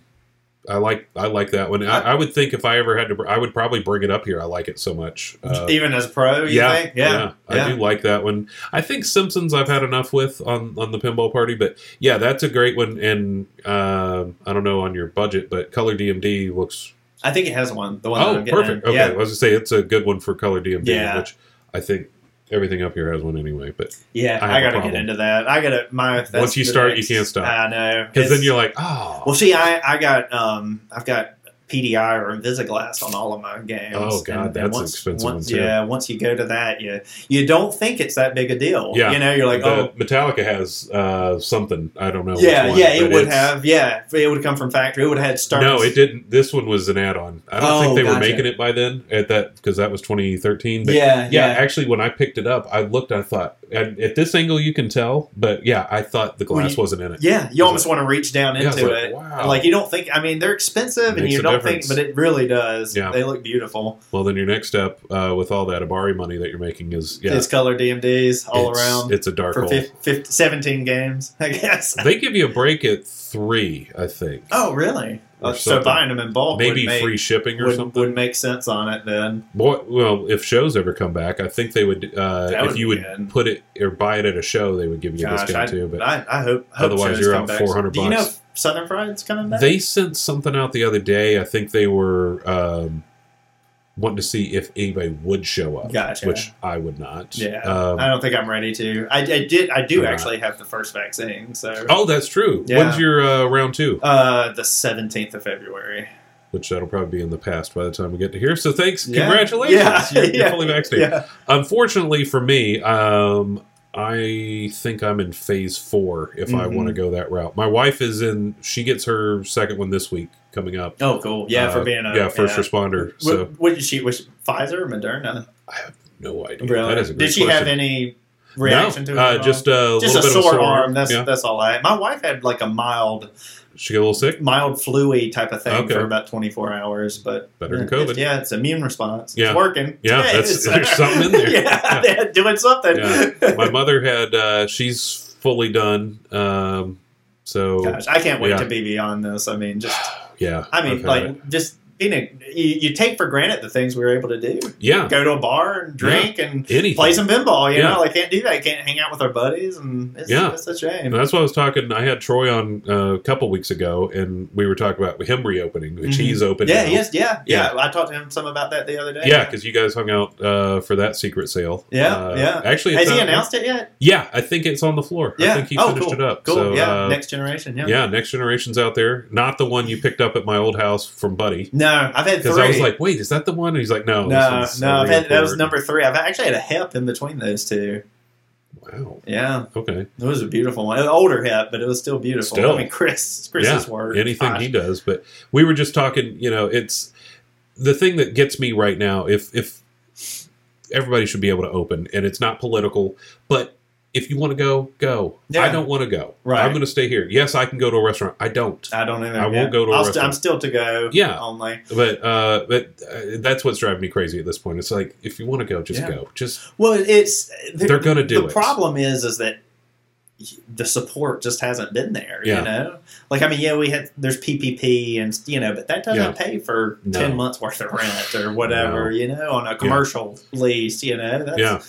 Speaker 1: I like I like that one. I, I would think if I ever had to, br- I would probably bring it up here. I like it so much. Uh,
Speaker 2: Even as pro, E you
Speaker 1: yeah,
Speaker 2: think? Yeah.
Speaker 1: I do like that one. I think Simpsons I've had enough with on on the pinball party, but yeah, that's a great one. And uh, I don't know on your budget, but Color DMD looks
Speaker 2: I think it has one. The one. that
Speaker 1: Oh,
Speaker 2: I'm getting
Speaker 1: perfect.
Speaker 2: in.
Speaker 1: Okay,
Speaker 2: Yeah.
Speaker 1: I was gonna say it's a good one for color DMD,
Speaker 2: Yeah.
Speaker 1: which I think everything up here has one anyway. But
Speaker 2: Yeah,
Speaker 1: I have
Speaker 2: I,
Speaker 1: a
Speaker 2: gotta get
Speaker 1: problem.
Speaker 2: into that. I gotta my that's
Speaker 1: Once you
Speaker 2: the
Speaker 1: start, you can't stop.
Speaker 2: I know
Speaker 1: because then "Ah,
Speaker 2: It's-
Speaker 1: you're like, oh,
Speaker 2: well. See, I I got um I've got PDI or Invisiglass on all of my games.
Speaker 1: Oh, God, that's an expensive one,
Speaker 2: once,
Speaker 1: too.
Speaker 2: Yeah, once you go to that, you you don't think it's that big a deal.
Speaker 1: Yeah.
Speaker 2: you know, you're like,
Speaker 1: The
Speaker 2: oh,
Speaker 1: Metallica has uh, something. I don't know.
Speaker 2: yeah,
Speaker 1: which one,
Speaker 2: yeah, it
Speaker 1: but
Speaker 2: would
Speaker 1: it's-
Speaker 2: have, yeah, it would come from factory. It would have had Stern.
Speaker 1: No, it didn't. This one was an add-on. I don't
Speaker 2: Oh,
Speaker 1: think they were
Speaker 2: gotcha.
Speaker 1: making it by then at that because that was 2013. But
Speaker 2: Yeah, yeah,
Speaker 1: yeah, actually, when I picked it up, I looked. I thought at, at this angle you can tell, but yeah, I thought the
Speaker 2: Well,
Speaker 1: glass
Speaker 2: you-
Speaker 1: wasn't in it.
Speaker 2: yeah. You almost want to reach down
Speaker 1: Yeah, I was
Speaker 2: into
Speaker 1: like,
Speaker 2: it.
Speaker 1: wow.
Speaker 2: Like you don't think. I mean, they're expensive, and
Speaker 1: Makes
Speaker 2: you
Speaker 1: a
Speaker 2: don't
Speaker 1: difference.
Speaker 2: think, but it really does.
Speaker 1: Yeah.
Speaker 2: They look beautiful.
Speaker 1: Well, then your next step uh, with all that Abari money that you're making is yeah,
Speaker 2: It's color DMDs all
Speaker 1: it's-
Speaker 2: around
Speaker 1: It's a dark
Speaker 2: for
Speaker 1: hole.
Speaker 2: fif- fif- 17 games, [LAUGHS] I guess.
Speaker 1: They give you a break at three, I think.
Speaker 2: Oh, really?
Speaker 1: Or
Speaker 2: Uh, so
Speaker 1: something.
Speaker 2: buying them in bulk
Speaker 1: Maybe
Speaker 2: would make,
Speaker 1: free shipping or
Speaker 2: would,
Speaker 1: something.
Speaker 2: would make sense on it then.
Speaker 1: Boy, well, if shows ever come back, I think they would. Uh,
Speaker 2: That
Speaker 1: if
Speaker 2: would
Speaker 1: you
Speaker 2: be
Speaker 1: would
Speaker 2: good.
Speaker 1: put it or buy it at a show, they would give you a
Speaker 2: Gosh, I,
Speaker 1: discount too. But
Speaker 2: I, I hope. I hope
Speaker 1: otherwise
Speaker 2: shows
Speaker 1: you're
Speaker 2: come
Speaker 1: out
Speaker 2: back.
Speaker 1: 400
Speaker 2: Do you know
Speaker 1: bucks.
Speaker 2: if Southern Fried's coming back?
Speaker 1: They sent something out the other day. I think they were um, wanting to see if anybody would show up,
Speaker 2: Gotcha.
Speaker 1: which I would not.
Speaker 2: Yeah.
Speaker 1: Um,
Speaker 2: I don't think I'm ready to. I, I did. I do
Speaker 1: Or not.
Speaker 2: actually have the first vaccine. So
Speaker 1: oh, that's true.
Speaker 2: Yeah.
Speaker 1: When's your uh, round two?
Speaker 2: uh, the 17th of February.
Speaker 1: Which that'll probably be in the past by the time we get to here. So thanks.
Speaker 2: Yeah.
Speaker 1: Congratulations.
Speaker 2: Yeah.
Speaker 1: You're, you're
Speaker 2: [LAUGHS] Yeah.
Speaker 1: fully vaccinated.
Speaker 2: Yeah.
Speaker 1: Unfortunately for me, um, I think I'm in phase four if I
Speaker 2: Mhm.
Speaker 1: want to go that route. My wife is in, she gets her second one this week coming up.
Speaker 2: Oh, cool. Yeah,
Speaker 1: Uh,
Speaker 2: for being a
Speaker 1: yeah, first responder.
Speaker 2: What,
Speaker 1: So
Speaker 2: what did she? Was Pfizer or Moderna?
Speaker 1: no idea.
Speaker 2: Really?
Speaker 1: That is a great
Speaker 2: did she
Speaker 1: question.
Speaker 2: have any reaction
Speaker 1: no,
Speaker 2: to it? at
Speaker 1: uh,
Speaker 2: all?
Speaker 1: just a
Speaker 2: just
Speaker 1: little
Speaker 2: a
Speaker 1: bit
Speaker 2: sore,
Speaker 1: of a sore
Speaker 2: arm. That's
Speaker 1: yeah.
Speaker 2: that's all I. My wife had like a mild,
Speaker 1: She got a little sick.
Speaker 2: mild fluey type of thing
Speaker 1: Okay.
Speaker 2: for about twenty four hours, but
Speaker 1: Better
Speaker 2: [LAUGHS]
Speaker 1: than
Speaker 2: yeah, it's-
Speaker 1: COVID.
Speaker 2: yeah, it's immune response.
Speaker 1: Yeah.
Speaker 2: It's working.
Speaker 1: Yeah,
Speaker 2: It
Speaker 1: that's-
Speaker 2: is. [LAUGHS]
Speaker 1: there's something in there. Yeah.
Speaker 2: yeah, they're doing something.
Speaker 1: Yeah.
Speaker 2: [LAUGHS]
Speaker 1: My mother had. Uh, she's fully done. Um, so
Speaker 2: Gosh, I can't wait
Speaker 1: Yeah.
Speaker 2: to be beyond this. I mean, just
Speaker 1: yeah.
Speaker 2: I mean,
Speaker 1: I've had
Speaker 2: like
Speaker 1: it.
Speaker 2: just you know, you, you take for granted the things we were able to do.
Speaker 1: yeah.
Speaker 2: Go to a bar and drink and.
Speaker 1: Anything.
Speaker 2: Play some pinball, you
Speaker 1: Yeah.
Speaker 2: know. Like can't do that. Can't hang out with our buddies, and it's,
Speaker 1: Yeah.
Speaker 2: it's a shame.
Speaker 1: And that's why I was talking. I had Troy on uh, a couple weeks ago, and we were talking about him reopening, which
Speaker 2: Mhm.
Speaker 1: he's open.
Speaker 2: yeah,
Speaker 1: now.
Speaker 2: yes, yeah,
Speaker 1: Yeah.
Speaker 2: yeah, I talked to him some about that the other day.
Speaker 1: Yeah, because you guys hung out uh, for that secret sale.
Speaker 2: Yeah,
Speaker 1: Uh,
Speaker 2: yeah.
Speaker 1: Actually,
Speaker 2: Has
Speaker 1: it's
Speaker 2: he
Speaker 1: on-
Speaker 2: announced it yet?
Speaker 1: Yeah, I think it's on the floor. I
Speaker 2: Yeah.
Speaker 1: think he
Speaker 2: Oh,
Speaker 1: finished
Speaker 2: cool.
Speaker 1: it up.
Speaker 2: Cool.
Speaker 1: So,
Speaker 2: yeah.
Speaker 1: uh,
Speaker 2: Next generation. Yeah.
Speaker 1: yeah, next generation's out there. Not the one you picked up at my old house from Buddy.
Speaker 2: No, I've had
Speaker 1: Because
Speaker 2: three.
Speaker 1: I was like, wait, is that the one? And he's like, no.
Speaker 2: no,
Speaker 1: this
Speaker 2: no,
Speaker 1: one's
Speaker 2: I've had, that was
Speaker 1: Airport.
Speaker 2: number three. I've actually had a hep in between those two.
Speaker 1: Wow.
Speaker 2: Yeah,
Speaker 1: Okay.
Speaker 2: it was a beautiful one. An older hep, but it was still beautiful.
Speaker 1: Still.
Speaker 2: I mean, Chris, Chris's work.
Speaker 1: Anything
Speaker 2: Gosh.
Speaker 1: he does. But we were just talking, you know, it's the thing that gets me right now. If, if everybody should be able to open and it's not political, but if you want to go, go.
Speaker 2: Yeah.
Speaker 1: I don't want to go.
Speaker 2: Right.
Speaker 1: I'm going to stay here. Yes, I can go to a restaurant. I don't.
Speaker 2: I don't even.
Speaker 1: I won't
Speaker 2: yeah.
Speaker 1: go to a
Speaker 2: I'll st-
Speaker 1: restaurant.
Speaker 2: I'm still to go.
Speaker 1: Yeah.
Speaker 2: Only.
Speaker 1: But uh, but uh, that's what's driving me crazy at this point. It's like if you want to go, just
Speaker 2: Yeah.
Speaker 1: go. Just
Speaker 2: Well, it's
Speaker 1: They're gonna do
Speaker 2: the
Speaker 1: it.
Speaker 2: problem is, is that the support just hasn't been there.
Speaker 1: Yeah.
Speaker 2: You know, like I mean, yeah, we had there's PPP and you know, but that doesn't
Speaker 1: Yeah.
Speaker 2: pay for
Speaker 1: No.
Speaker 2: ten months worth of rent or whatever. You know, on a commercial lease. You know, that's,
Speaker 1: yeah.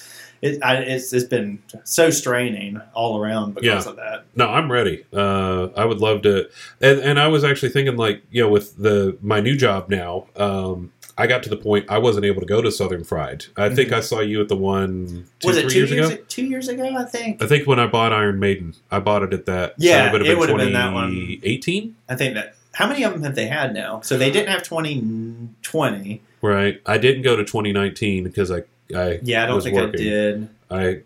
Speaker 2: It, I, it's it's been so straining all around because of that.
Speaker 1: No, I'm ready. Uh, I would love to. And, and I was actually thinking, like, you know, with the my new job now, um, I got to the point I wasn't able to go to Southern Fried. I think
Speaker 2: Mhm.
Speaker 1: I saw you at the one two,
Speaker 2: was
Speaker 1: three
Speaker 2: it two
Speaker 1: years,
Speaker 2: years,
Speaker 1: ago. Uh,
Speaker 2: two years ago? I think.
Speaker 1: I think when I bought Iron Maiden, I bought it at that.
Speaker 2: Yeah,
Speaker 1: would've
Speaker 2: it would've been that one.
Speaker 1: 2018,
Speaker 2: I think that. How many of them have they had now? So they didn't have twenty twenty.
Speaker 1: right? I didn't go to 2019 because I, I,
Speaker 2: Yeah, I don't
Speaker 1: Was
Speaker 2: think
Speaker 1: working.
Speaker 2: I did.
Speaker 1: I,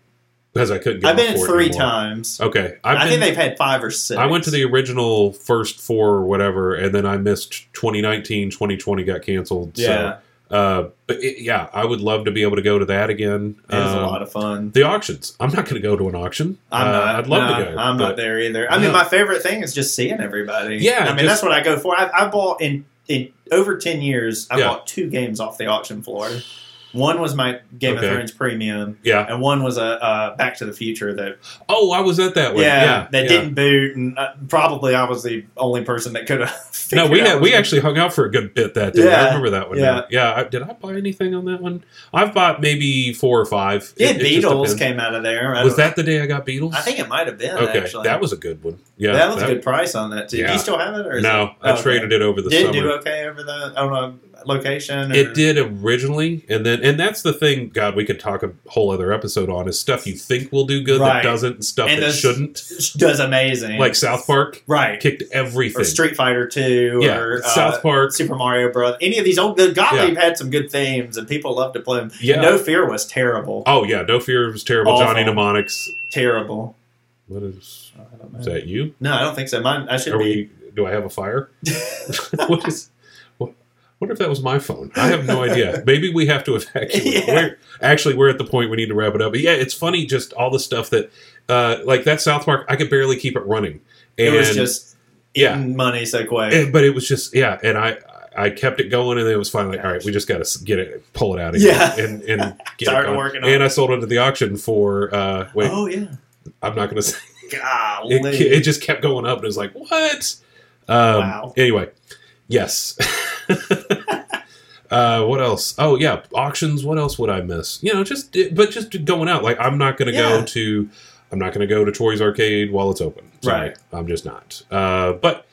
Speaker 1: because I couldn't. Get
Speaker 2: I've been
Speaker 1: off
Speaker 2: in
Speaker 1: for it
Speaker 2: three
Speaker 1: anymore.
Speaker 2: times.
Speaker 1: Okay,
Speaker 2: i
Speaker 1: I've been,
Speaker 2: think they've had five or six.
Speaker 1: I went to the original first four or whatever, and then I missed 2019, 2020 got canceled. So,
Speaker 2: yeah.
Speaker 1: uh, but it, yeah, I would love to be able to go to that again.
Speaker 2: it was a
Speaker 1: Um,
Speaker 2: lot of fun.
Speaker 1: the auctions. I'm not going to go to an auction.
Speaker 2: I'm
Speaker 1: Uh,
Speaker 2: not.
Speaker 1: I'd love
Speaker 2: no,
Speaker 1: to go.
Speaker 2: I'm
Speaker 1: but
Speaker 2: not there either. I
Speaker 1: No.
Speaker 2: mean, my favorite thing is just seeing everybody.
Speaker 1: Yeah,
Speaker 2: I mean
Speaker 1: just-
Speaker 2: that's what I go for. I, I bought in in over ten years. I
Speaker 1: Yeah.
Speaker 2: bought two games off the auction floor. One was my Game
Speaker 1: Okay.
Speaker 2: of Thrones premium,
Speaker 1: Yeah.
Speaker 2: and one was a uh, Back to the Future that
Speaker 1: Oh, I was at that one.
Speaker 2: yeah,
Speaker 1: Yeah.
Speaker 2: that
Speaker 1: yeah.
Speaker 2: didn't boot, and uh, probably I was the only person that [LAUGHS] could have.
Speaker 1: No, we had, we actually hung out for a good bit that day. I
Speaker 2: Yeah.
Speaker 1: remember that one.
Speaker 2: Yeah.
Speaker 1: Yeah. Yeah. I, did I buy anything on that one? I've bought maybe four or five.
Speaker 2: Yeah,
Speaker 1: It- it just
Speaker 2: Beatles
Speaker 1: depends.
Speaker 2: came out of there. I
Speaker 1: Was
Speaker 2: don't-
Speaker 1: that the day I got Beatles?
Speaker 2: I think it might have been.
Speaker 1: Okay,
Speaker 2: actually.
Speaker 1: that was a good one. Yeah,
Speaker 2: that was a good price on that too. Do
Speaker 1: Yeah.
Speaker 2: you still have it? Or is
Speaker 1: No,
Speaker 2: it-
Speaker 1: I
Speaker 2: okay.
Speaker 1: traded it over the
Speaker 2: Did it
Speaker 1: summer.
Speaker 2: do okay over the? I don't know. location? or-
Speaker 1: It did originally, and then and that's the thing. God, we could talk a whole other episode on is stuff you think will do good
Speaker 2: Right.
Speaker 1: that doesn't, and stuff
Speaker 2: And
Speaker 1: that
Speaker 2: those-
Speaker 1: shouldn't.
Speaker 2: does amazing.
Speaker 1: Like South Park
Speaker 2: right?
Speaker 1: kicked everything.
Speaker 2: Or Street Fighter Two,
Speaker 1: yeah,
Speaker 2: or uh,
Speaker 1: South Park.
Speaker 2: Super Mario Bros. Any of these old, the Gottlieb had some good themes, and people loved to play them.
Speaker 1: Yeah.
Speaker 2: No Fear was terrible,
Speaker 1: oh yeah, No Fear was terrible.
Speaker 2: Awful.
Speaker 1: Johnny Mnemonics.
Speaker 2: terrible.
Speaker 1: What is
Speaker 2: I don't know.
Speaker 1: is that? You
Speaker 2: No, I don't think so. Mine, I should
Speaker 1: are
Speaker 2: be.
Speaker 1: we? Do I have a fire? [LAUGHS] what is? what- Wonder if that was my phone. I have no idea. Maybe we have to evacuate.
Speaker 2: [LAUGHS] Yeah.
Speaker 1: We're, actually, we're at the point we need to wrap it up. But yeah, it's funny just all the stuff that, uh, like that South Park, I could barely keep it running.
Speaker 2: it
Speaker 1: And
Speaker 2: was just
Speaker 1: yeah.
Speaker 2: eating money so quick.
Speaker 1: And- but it was just yeah, and I I kept it going, and then it was finally all right. We just got to get it, pull it out again,
Speaker 2: Yeah.
Speaker 1: and
Speaker 2: [LAUGHS]
Speaker 1: and get
Speaker 2: Tired of
Speaker 1: it going.
Speaker 2: working on
Speaker 1: and
Speaker 2: it.
Speaker 1: I sold it at the auction for uh wait,
Speaker 2: oh yeah,
Speaker 1: I'm not gonna say
Speaker 2: golly.
Speaker 1: it, it just kept going up, and it was like what? Um,
Speaker 2: Wow.
Speaker 1: Anyway, yes. [LAUGHS] Uh, what else? Oh yeah, auctions. What else would I miss? You know, just but just going out. Like I'm not gonna
Speaker 2: Yeah.
Speaker 1: go to, I'm not gonna go to Toys Arcade while it's open.
Speaker 2: Right.
Speaker 1: I'm just not. Uh, but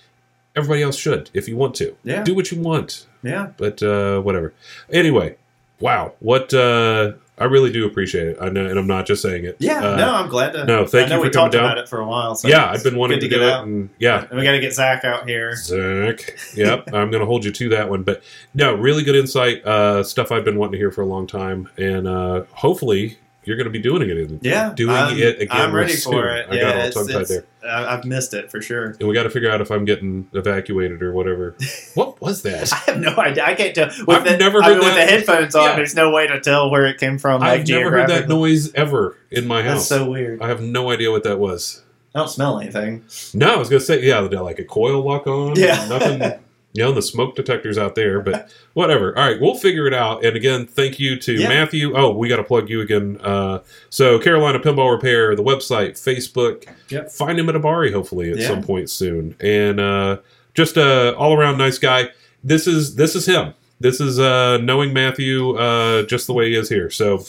Speaker 1: everybody else should if you want to.
Speaker 2: yeah,
Speaker 1: Do what you want
Speaker 2: yeah.
Speaker 1: but uh, whatever. Anyway, wow, what uh, I really do appreciate it. I know, and I'm not just saying it.
Speaker 2: Yeah,
Speaker 1: Uh,
Speaker 2: no, I'm glad to.
Speaker 1: no, thank
Speaker 2: I know
Speaker 1: you for coming
Speaker 2: we talked
Speaker 1: down.
Speaker 2: about it for a while. So
Speaker 1: yeah,
Speaker 2: it's
Speaker 1: I've been wanting
Speaker 2: good
Speaker 1: to, do
Speaker 2: get
Speaker 1: it,
Speaker 2: out.
Speaker 1: and yeah.
Speaker 2: And we got to get Zach out here.
Speaker 1: Zach. Yep, [LAUGHS] I'm going to hold you to that one. But no, really good insight. Uh, stuff I've been wanting to hear for a long time, and uh, hopefully you're going to be doing it. again.
Speaker 2: Yeah,
Speaker 1: doing
Speaker 2: I'm-
Speaker 1: it again.
Speaker 2: I'm ready
Speaker 1: soon.
Speaker 2: for it.
Speaker 1: I
Speaker 2: yeah,
Speaker 1: got all
Speaker 2: it's-
Speaker 1: tongue tied
Speaker 2: it's-
Speaker 1: there.
Speaker 2: I- I've missed it for sure. [LAUGHS]
Speaker 1: And we got to figure out if I'm getting evacuated or whatever. What was that?
Speaker 2: I have no idea. I can't tell. With
Speaker 1: I've
Speaker 2: the,
Speaker 1: never
Speaker 2: I
Speaker 1: heard
Speaker 2: mean, with the
Speaker 1: that.
Speaker 2: headphones on,
Speaker 1: Yeah.
Speaker 2: there's no way to tell where it came from. Like,
Speaker 1: I've never heard that
Speaker 2: geographically.
Speaker 1: noise ever in my
Speaker 2: That's
Speaker 1: house.
Speaker 2: so weird.
Speaker 1: I have no idea what that was.
Speaker 2: I don't smell anything. [LAUGHS]
Speaker 1: No, I was gonna say yeah, they're like a coil lock on.
Speaker 2: Yeah.
Speaker 1: nothing. You know the smoke detectors out there, but whatever. All right, we'll figure it out. And again, thank you to
Speaker 2: Yeah.
Speaker 1: Matthew. Oh, we got to plug you again. Uh, so Carolina Pinball Repair, the website, Facebook.
Speaker 2: Yep.
Speaker 1: Find him at a Bari hopefully at
Speaker 2: Yeah.
Speaker 1: some point soon. And uh, just a all around nice guy. This is this is him. This is uh, knowing Matthew uh, just the way he is here. So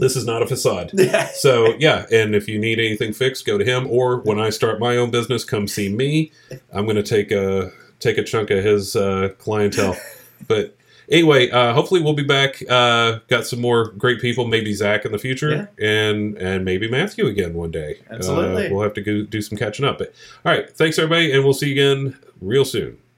Speaker 1: this is not a facade.
Speaker 2: Yeah.
Speaker 1: [LAUGHS] So yeah, and if you need anything fixed, go to him. Or when I start my own business, come see me. I'm going to take a take a chunk of his uh, clientele. But anyway, uh, hopefully we'll be back. Uh, got some more great people. Maybe Zach in the future, and and maybe Matthew again one day.
Speaker 2: Absolutely.
Speaker 1: Uh, we'll have to go, do some catching up. But all right, thanks everybody, and we'll see you again real soon.